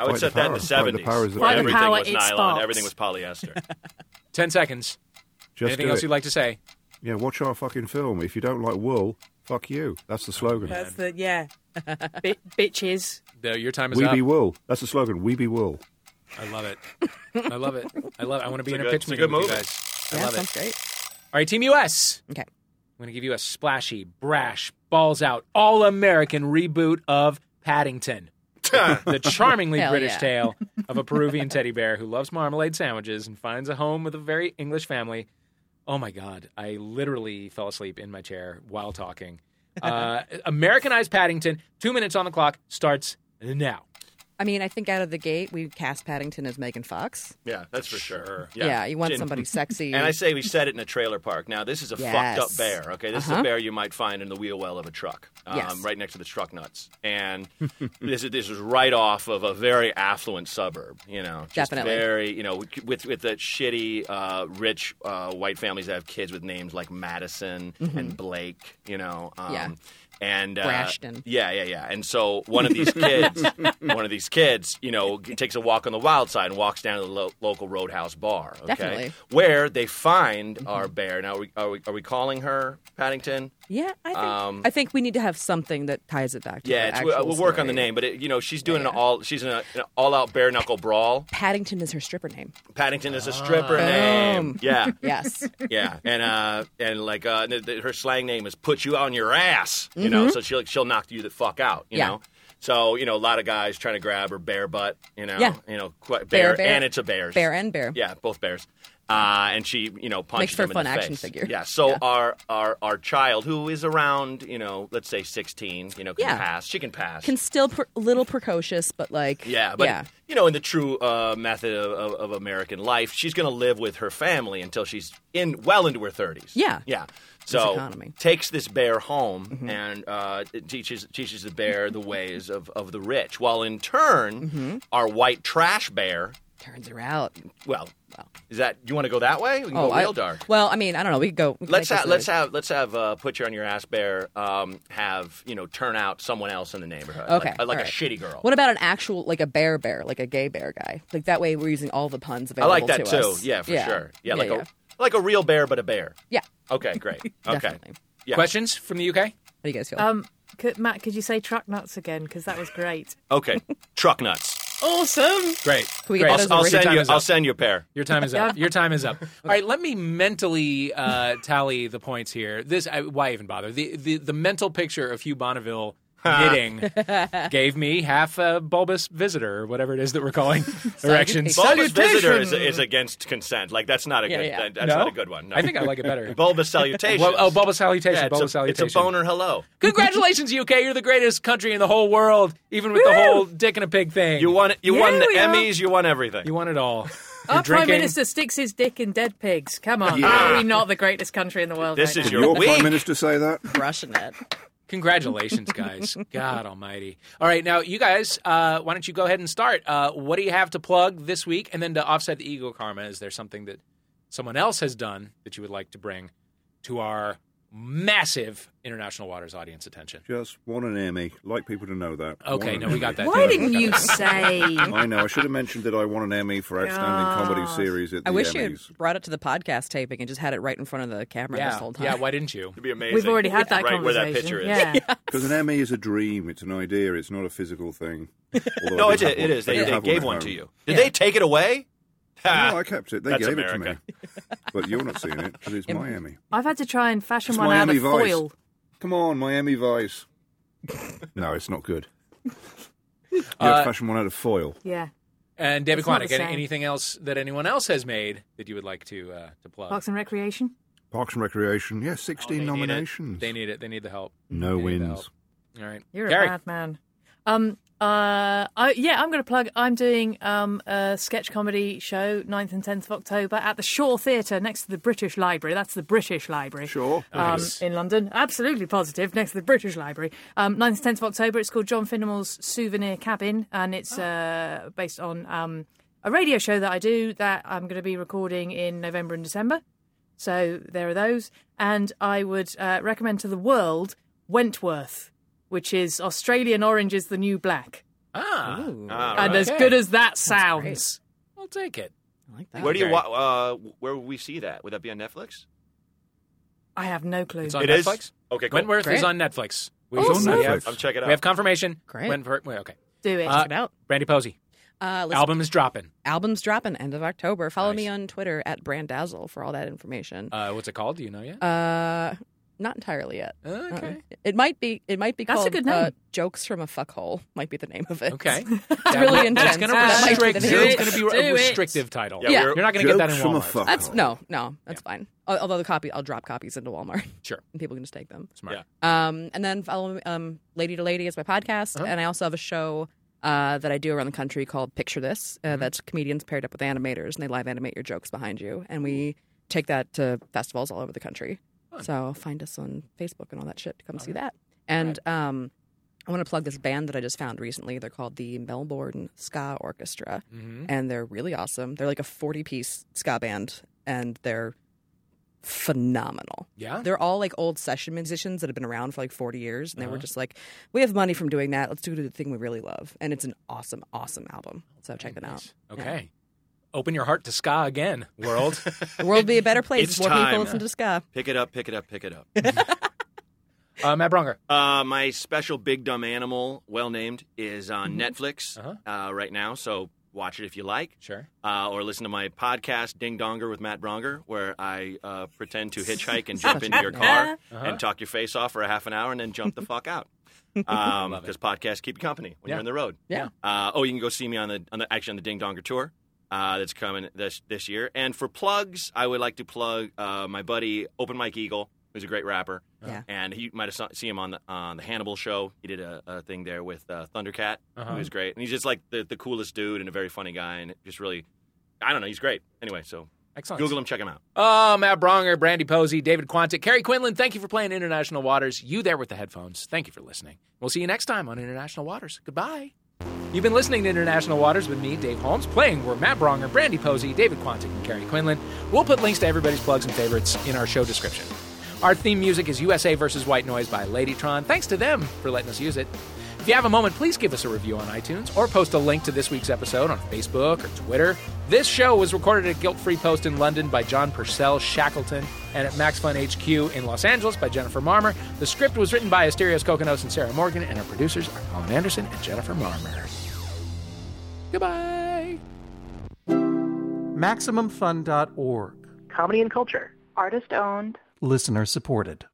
Speaker 3: I would
Speaker 4: Fight
Speaker 3: set
Speaker 4: the
Speaker 3: that in
Speaker 4: power.
Speaker 3: the
Speaker 4: Fight the
Speaker 3: seventies.
Speaker 4: power is the
Speaker 3: where
Speaker 4: power.
Speaker 3: everything
Speaker 2: Power,
Speaker 3: was
Speaker 2: it
Speaker 3: nylon,
Speaker 2: sparks.
Speaker 3: everything was polyester.
Speaker 1: Ten seconds.
Speaker 4: Just
Speaker 1: Anything
Speaker 4: do
Speaker 1: else
Speaker 4: it.
Speaker 1: you'd like to say?
Speaker 4: Yeah, watch our fucking film. If you don't like wool, fuck you. That's the slogan.
Speaker 5: That's the yeah.
Speaker 2: Bi- bitches.
Speaker 1: No, your time is
Speaker 4: we
Speaker 1: up.
Speaker 4: be wool. That's the slogan. We be wool.
Speaker 1: I love it. I love it. I love. It. I want to be
Speaker 3: It's a
Speaker 1: in a
Speaker 3: good-
Speaker 1: pitch
Speaker 3: it's a
Speaker 1: meeting
Speaker 3: good
Speaker 1: with you
Speaker 3: movie.
Speaker 1: guys. I
Speaker 5: Yeah,
Speaker 1: love
Speaker 5: sounds
Speaker 1: it.
Speaker 5: great.
Speaker 1: All right, Team US.
Speaker 5: Okay.
Speaker 1: I'm going to give you a splashy, brash, balls out, all American reboot of Paddington. the charmingly
Speaker 5: Hell
Speaker 1: British
Speaker 5: yeah.
Speaker 1: tale of a Peruvian teddy bear who loves marmalade sandwiches and finds a home with a very English family. Oh my God, I literally fell asleep in my chair while talking. Uh, Americanized Paddington, two minutes on the clock, starts now.
Speaker 5: I mean, I think out of the gate, we cast Paddington as Megan Fox.
Speaker 3: Yeah, that's for sure.
Speaker 5: Yeah, you want
Speaker 3: Gin-
Speaker 5: somebody sexy.
Speaker 3: And I say we set it in a trailer park. Now, this is a
Speaker 5: Yes. Uh-huh.
Speaker 3: fucked up bear, okay? This is a bear you might find in the wheel well of a truck, um,
Speaker 5: Yes.
Speaker 3: right next to the truck nuts. And this, is, this is right off of a very affluent suburb, you know? Just
Speaker 5: Definitely.
Speaker 3: Very, you know, with, with the shitty, uh, rich uh, white families that have kids with names like Madison and Blake, you know? Um,
Speaker 5: Mm-hmm. Yeah.
Speaker 3: and uh,
Speaker 5: Brashton.
Speaker 3: Yeah, yeah, yeah. And so one of these kids, one of these kids, you know, g- takes a walk on the wild side and walks down to the lo- local roadhouse bar. Okay?
Speaker 5: Definitely. Mm-hmm.
Speaker 3: Where they find our bear. Now, are we, are we are we calling her Paddington?
Speaker 5: Yeah, I think
Speaker 3: Um,
Speaker 5: I think we need to have something that ties it back to
Speaker 3: Yeah,
Speaker 5: the
Speaker 3: it's, we'll,
Speaker 5: actual
Speaker 3: we'll work on the
Speaker 5: story.
Speaker 3: name, but it, you know, she's doing an all she's in a, an all out bare knuckle brawl.
Speaker 5: Paddington is her stripper name.
Speaker 3: Paddington is a stripper
Speaker 5: Ah.
Speaker 3: name.
Speaker 5: Boom.
Speaker 3: Yeah.
Speaker 5: Yes.
Speaker 3: Yeah, and uh, and like uh, th- th- her slang name is "put you on your ass," you know.
Speaker 5: Mhm.
Speaker 3: So she'll she'll knock you the fuck out, you
Speaker 5: Yeah.
Speaker 3: know. So you know, a lot of guys trying to grab her bare butt, you know.
Speaker 5: Yeah.
Speaker 3: You know, qu- bear,
Speaker 5: Bear, bear.
Speaker 3: and it's a bear's
Speaker 5: Bear and bear.
Speaker 3: Yeah, both bears. Uh, and she, you know, punches
Speaker 5: Makes for
Speaker 3: him
Speaker 5: a fun
Speaker 3: in the
Speaker 5: action
Speaker 3: face.
Speaker 5: figure.
Speaker 3: Yeah. So our our our child, who is around, you know, let's say sixteen, you know, can
Speaker 5: Yeah.
Speaker 3: pass. She can pass.
Speaker 5: Can still per- little precocious, but like
Speaker 3: Yeah, but
Speaker 5: yeah.
Speaker 3: you know, in the true uh, method of, of, of American life, she's going to live with her family until she's in well into her thirties.
Speaker 5: Yeah.
Speaker 3: yeah. So
Speaker 5: economy. Mm-hmm.
Speaker 3: takes this bear home and uh, it teaches teaches the bear the ways of, of the rich, while in turn
Speaker 5: Mm-hmm.
Speaker 3: our white trash bear.
Speaker 5: turns her out.
Speaker 3: Well, is that you want to go that way? We can go
Speaker 5: Oh, I-
Speaker 3: real dark.
Speaker 5: Well, I mean, I don't know. We could go. we could
Speaker 3: Let's
Speaker 5: make
Speaker 3: have,
Speaker 5: this
Speaker 3: let's
Speaker 5: a-
Speaker 3: have let's have uh, put you on your ass bear. Um, have you know turn out someone else in the neighborhood?
Speaker 5: Okay,
Speaker 3: like, like
Speaker 5: all
Speaker 3: a
Speaker 5: right.
Speaker 3: shitty girl.
Speaker 5: What about an actual like a bear bear, like a gay bear guy? Like that way, we're using all the puns
Speaker 3: I
Speaker 5: available.
Speaker 3: like that
Speaker 5: to
Speaker 3: too.
Speaker 5: us.
Speaker 3: Yeah, for sure. Yeah, like
Speaker 5: yeah.
Speaker 3: a like a real bear, but a bear.
Speaker 5: Yeah.
Speaker 3: Okay, great. Okay.
Speaker 5: Definitely.
Speaker 3: Yeah.
Speaker 1: Questions from the UK?
Speaker 5: How do you guys feel?
Speaker 2: Um, could, Matt, could you say truck nuts again? Because that was great.
Speaker 3: Okay. Truck nuts.
Speaker 5: awesome.
Speaker 1: Great.
Speaker 5: Can we get
Speaker 1: Great.
Speaker 5: those
Speaker 3: I'll, I'll
Speaker 5: over?
Speaker 3: send
Speaker 1: Time
Speaker 3: you.
Speaker 1: is up.
Speaker 3: I'll send you a pair.
Speaker 1: Your time is up. Your time is up. All right, let me mentally uh, tally the points here. This I, why even bother? The, the the mental picture of Hugh Bonneville knitting gave me half a bulbous visitor or whatever it is that we're calling erection.
Speaker 3: Bulbous visitor is, is against consent. Like that's not a
Speaker 5: Yeah,
Speaker 3: good.
Speaker 5: yeah.
Speaker 3: that- That's
Speaker 1: No?
Speaker 3: not a good one. No.
Speaker 1: I oh, think I like it better.
Speaker 3: Bulbous salutation.
Speaker 1: Well, oh, bulbous salutation.
Speaker 3: yeah, it's,
Speaker 1: bulbous
Speaker 3: a, it's
Speaker 1: salutation.
Speaker 3: a boner. Hello.
Speaker 1: Congratulations, UK! You're the greatest country in the whole world, even with the whole dick and a pig thing.
Speaker 3: You won. You
Speaker 2: Yeah,
Speaker 3: won the
Speaker 2: we are.
Speaker 3: Emmys. You won everything.
Speaker 1: You won it all.
Speaker 2: Our
Speaker 1: You're drinking.
Speaker 2: Prime Minister sticks his dick in dead pigs. Come on. Are we not the greatest country in the world?
Speaker 3: This
Speaker 2: right
Speaker 3: is
Speaker 2: now?
Speaker 3: your
Speaker 4: Your
Speaker 3: week.
Speaker 4: prime minister say that?
Speaker 5: Crushing it.
Speaker 1: Congratulations, guys. God almighty. All right, now, you guys, uh, why don't you go ahead and start? Uh, what do you have to plug this week? And then to offset the ego karma, is there something that someone else has done that you would like to bring to our massive International Waters audience attention?
Speaker 4: Just want an Emmy. Like people to know that.
Speaker 1: Okay,
Speaker 4: Want
Speaker 1: no,
Speaker 4: an
Speaker 1: we got
Speaker 4: Emmy.
Speaker 1: that.
Speaker 2: Why didn't you say?
Speaker 4: I know. I should have mentioned that I won an Emmy for outstanding comedy series at the
Speaker 5: I wish you
Speaker 4: Emmys.
Speaker 5: had brought it to the podcast taping and just had it right in front of the camera this
Speaker 1: Yeah,
Speaker 5: whole time.
Speaker 1: yeah, why didn't you?
Speaker 3: It'd be amazing.
Speaker 2: We've already had that
Speaker 3: right
Speaker 2: conversation.
Speaker 3: where that picture is.
Speaker 2: Yeah.
Speaker 4: Because an Emmy is a dream. It's an idea. It's not a physical thing. Although
Speaker 3: No,
Speaker 4: I
Speaker 3: it,
Speaker 4: do have
Speaker 3: it
Speaker 4: one-
Speaker 3: is.
Speaker 4: I
Speaker 3: They,
Speaker 4: do
Speaker 3: they
Speaker 4: have
Speaker 3: gave
Speaker 4: at
Speaker 3: one
Speaker 4: home.
Speaker 3: to you. Did they take it away? Ha.
Speaker 4: No, I kept it. They
Speaker 3: That's
Speaker 4: gave it
Speaker 3: America.
Speaker 4: to me. But you're not seeing it because it's my Emmy.
Speaker 2: I've had to try and fashion
Speaker 4: It's
Speaker 2: one out
Speaker 4: Miami
Speaker 2: of
Speaker 4: Vice.
Speaker 2: foil.
Speaker 4: Come on, Miami Vice. no, it's not good. You
Speaker 1: Uh,
Speaker 4: had fashion one out of foil.
Speaker 2: Yeah.
Speaker 1: And David
Speaker 2: It's not
Speaker 1: Klonick,
Speaker 2: the
Speaker 1: any-
Speaker 2: same.
Speaker 1: anything else that anyone else has made that you would like to uh, to plug?
Speaker 2: Parks and Recreation.
Speaker 4: Parks and Recreation. Yeah,
Speaker 1: They
Speaker 4: 16
Speaker 3: Oh,
Speaker 1: need it.
Speaker 4: nominations.
Speaker 1: They need it. They need the help. They
Speaker 4: no
Speaker 1: need the
Speaker 4: wins.
Speaker 1: help. All right.
Speaker 2: You're
Speaker 1: Gary.
Speaker 2: a bad man. Um. Uh. I, yeah. I'm going to plug. I'm doing um a sketch comedy show 9th and tenth of October at the Shaw Theatre next to the British Library. That's the British Library.
Speaker 4: Sure.
Speaker 3: Uh,
Speaker 2: um,
Speaker 1: Nice.
Speaker 2: in London. Absolutely positive, next to the British Library. Um, 9th to 10th of October. It's called John Finnemal's Souvenir Cabin, and it's
Speaker 1: Ah.
Speaker 2: uh, based on um, a radio show that I do that I'm going to be recording in November and December. So there are those. And I would uh, recommend to the world Wentworth, which is Australian Orange is the New Black.
Speaker 1: Ah,
Speaker 3: Ah,
Speaker 2: And
Speaker 3: right.
Speaker 2: as
Speaker 1: Okay.
Speaker 2: good as that sounds.
Speaker 1: I'll take it.
Speaker 5: I like that.
Speaker 3: Where do you
Speaker 1: Gary.
Speaker 3: wa- uh, where would we see that? Would that be on Netflix?
Speaker 2: I have no clue.
Speaker 1: It's on
Speaker 3: It is?
Speaker 1: Netflix.
Speaker 3: Okay, cool.
Speaker 1: Wentworth
Speaker 5: Great. Oh,
Speaker 1: is on Netflix. We,
Speaker 4: It's on
Speaker 1: we
Speaker 4: Netflix.
Speaker 1: have,
Speaker 3: I'm checking it out.
Speaker 1: we have confirmation.
Speaker 5: Great.
Speaker 1: Wentworth. wait, okay.
Speaker 2: do it.
Speaker 1: Uh,
Speaker 5: it out.
Speaker 1: Brandy Posey.
Speaker 5: Uh, listen,
Speaker 1: Album is dropping.
Speaker 5: album's dropping end of October. Follow me
Speaker 1: Nice.
Speaker 5: on Twitter at Brandazzle for all that information.
Speaker 1: Uh, what's it called? Do you know yet?
Speaker 5: Uh, not entirely yet.
Speaker 1: okay.
Speaker 5: Uh, it might be. It might be
Speaker 2: That's a
Speaker 5: called
Speaker 2: good
Speaker 5: Uh,
Speaker 2: name.
Speaker 5: Jokes from a Fuckhole. Might be the name of it.
Speaker 1: Okay.
Speaker 5: It's really
Speaker 1: That's
Speaker 5: intense.
Speaker 1: going
Speaker 5: but
Speaker 1: to
Speaker 5: that might be
Speaker 1: restrict.
Speaker 5: the
Speaker 1: It's
Speaker 5: name.
Speaker 2: Do
Speaker 1: going to be
Speaker 2: it.
Speaker 1: a
Speaker 2: Do it.
Speaker 1: restrictive title.
Speaker 5: Yeah.
Speaker 1: You're
Speaker 3: we're-
Speaker 1: not going to
Speaker 4: Jokes
Speaker 1: get that in
Speaker 4: from a
Speaker 1: Walmart.
Speaker 4: fuckhole.
Speaker 5: That's no, no, that's fine. Al- Although the copy, I'll drop copies into Walmart.
Speaker 1: Sure.
Speaker 5: and people can just take them.
Speaker 1: Smart.
Speaker 5: Um, and then follow um, Lady to Lady is my podcast, and I also have a show uh, that I do around the country called Picture This. Uh, That's comedians paired up with animators, and they live animate your jokes behind you, and we take that to festivals all over the country. So find us on Facebook and all that shit to come see that. And um, I want to plug this band that I just found recently. They're called the Melbourne Ska Orchestra,
Speaker 1: Mm-hmm.
Speaker 3: Mm-hmm.
Speaker 5: and they're really awesome. They're like a forty-piece ska band, and they're phenomenal.
Speaker 3: Oh.
Speaker 1: Yeah?
Speaker 5: They're all like old session musicians that have been around for like 40 years. And they
Speaker 3: Uh-huh.
Speaker 5: were just like, we have money from doing that. Let's do the thing we really love. And it's an awesome, awesome album. So check
Speaker 3: Oh,
Speaker 5: them out.
Speaker 1: Okay. Open your heart to ska again, world.
Speaker 5: The world would be a better place.
Speaker 3: It's
Speaker 5: if More
Speaker 3: time.
Speaker 5: people listen to ska.
Speaker 3: Pick it up, pick it up, pick it up.
Speaker 1: uh, Matt Bronger.
Speaker 3: Uh, my special big dumb animal, well named, is on Netflix
Speaker 1: Uh-huh.
Speaker 3: uh, right now. So watch it if you like,
Speaker 1: Sure.
Speaker 3: uh, or listen to my podcast Ding Donger with Matt Bronger, where I uh, pretend to hitchhike and jump into your car
Speaker 1: Uh-huh.
Speaker 3: and talk your face off for a half an hour and then jump the fuck out. Because podcasts keep you company when
Speaker 1: Yeah.
Speaker 3: you're in the road.
Speaker 1: Yeah.
Speaker 3: Uh, oh, you can go see me on the, on the actually on the Ding Donger tour. Uh, that's coming this this year. And for plugs, I would like to plug uh, my buddy Open Mike Eagle, who's a great rapper.
Speaker 1: Uh-huh.
Speaker 5: Yeah.
Speaker 3: And he you might have saw, seen him on the on the Hannibal show. He did a, a thing there with uh, Thundercat,
Speaker 1: Uh-huh.
Speaker 3: who was great. And he's just like the, the coolest dude and a very funny guy, and just really, I don't know, he's great. Anyway, so
Speaker 1: Excellent.
Speaker 3: Google him, check him out.
Speaker 1: Oh, Matt Bronger, Brandy Posey, David Quantick, Kerry Quinlan, thank you for playing International Waters. You there with the headphones, thank you for listening. We'll see you next time on International Waters. Goodbye. You've been listening to International Waters with me, Dave Holmes. Playing were Matt Bronger, Brandy Posey, David Quantick, and Kerry Quinlan. We'll put links to everybody's plugs and favorites in our show description. Our theme music is USA vs. White Noise by Ladytron. Thanks to them for letting us use it. If you have a moment, please give us a review on iTunes or post a link to this week's episode on Facebook or Twitter. This show was recorded at Guilt Free Post in London by John Purcell Shackleton and at Max Fun HQ in Los Angeles by Jennifer Marmer. The script was written by Asterios Kokonos and Sarah Morgan, and our producers are Colin Anderson and Jennifer Marmer. Goodbye.
Speaker 12: MaximumFun.org.
Speaker 13: Comedy and culture. Artist owned.
Speaker 12: Listener supported.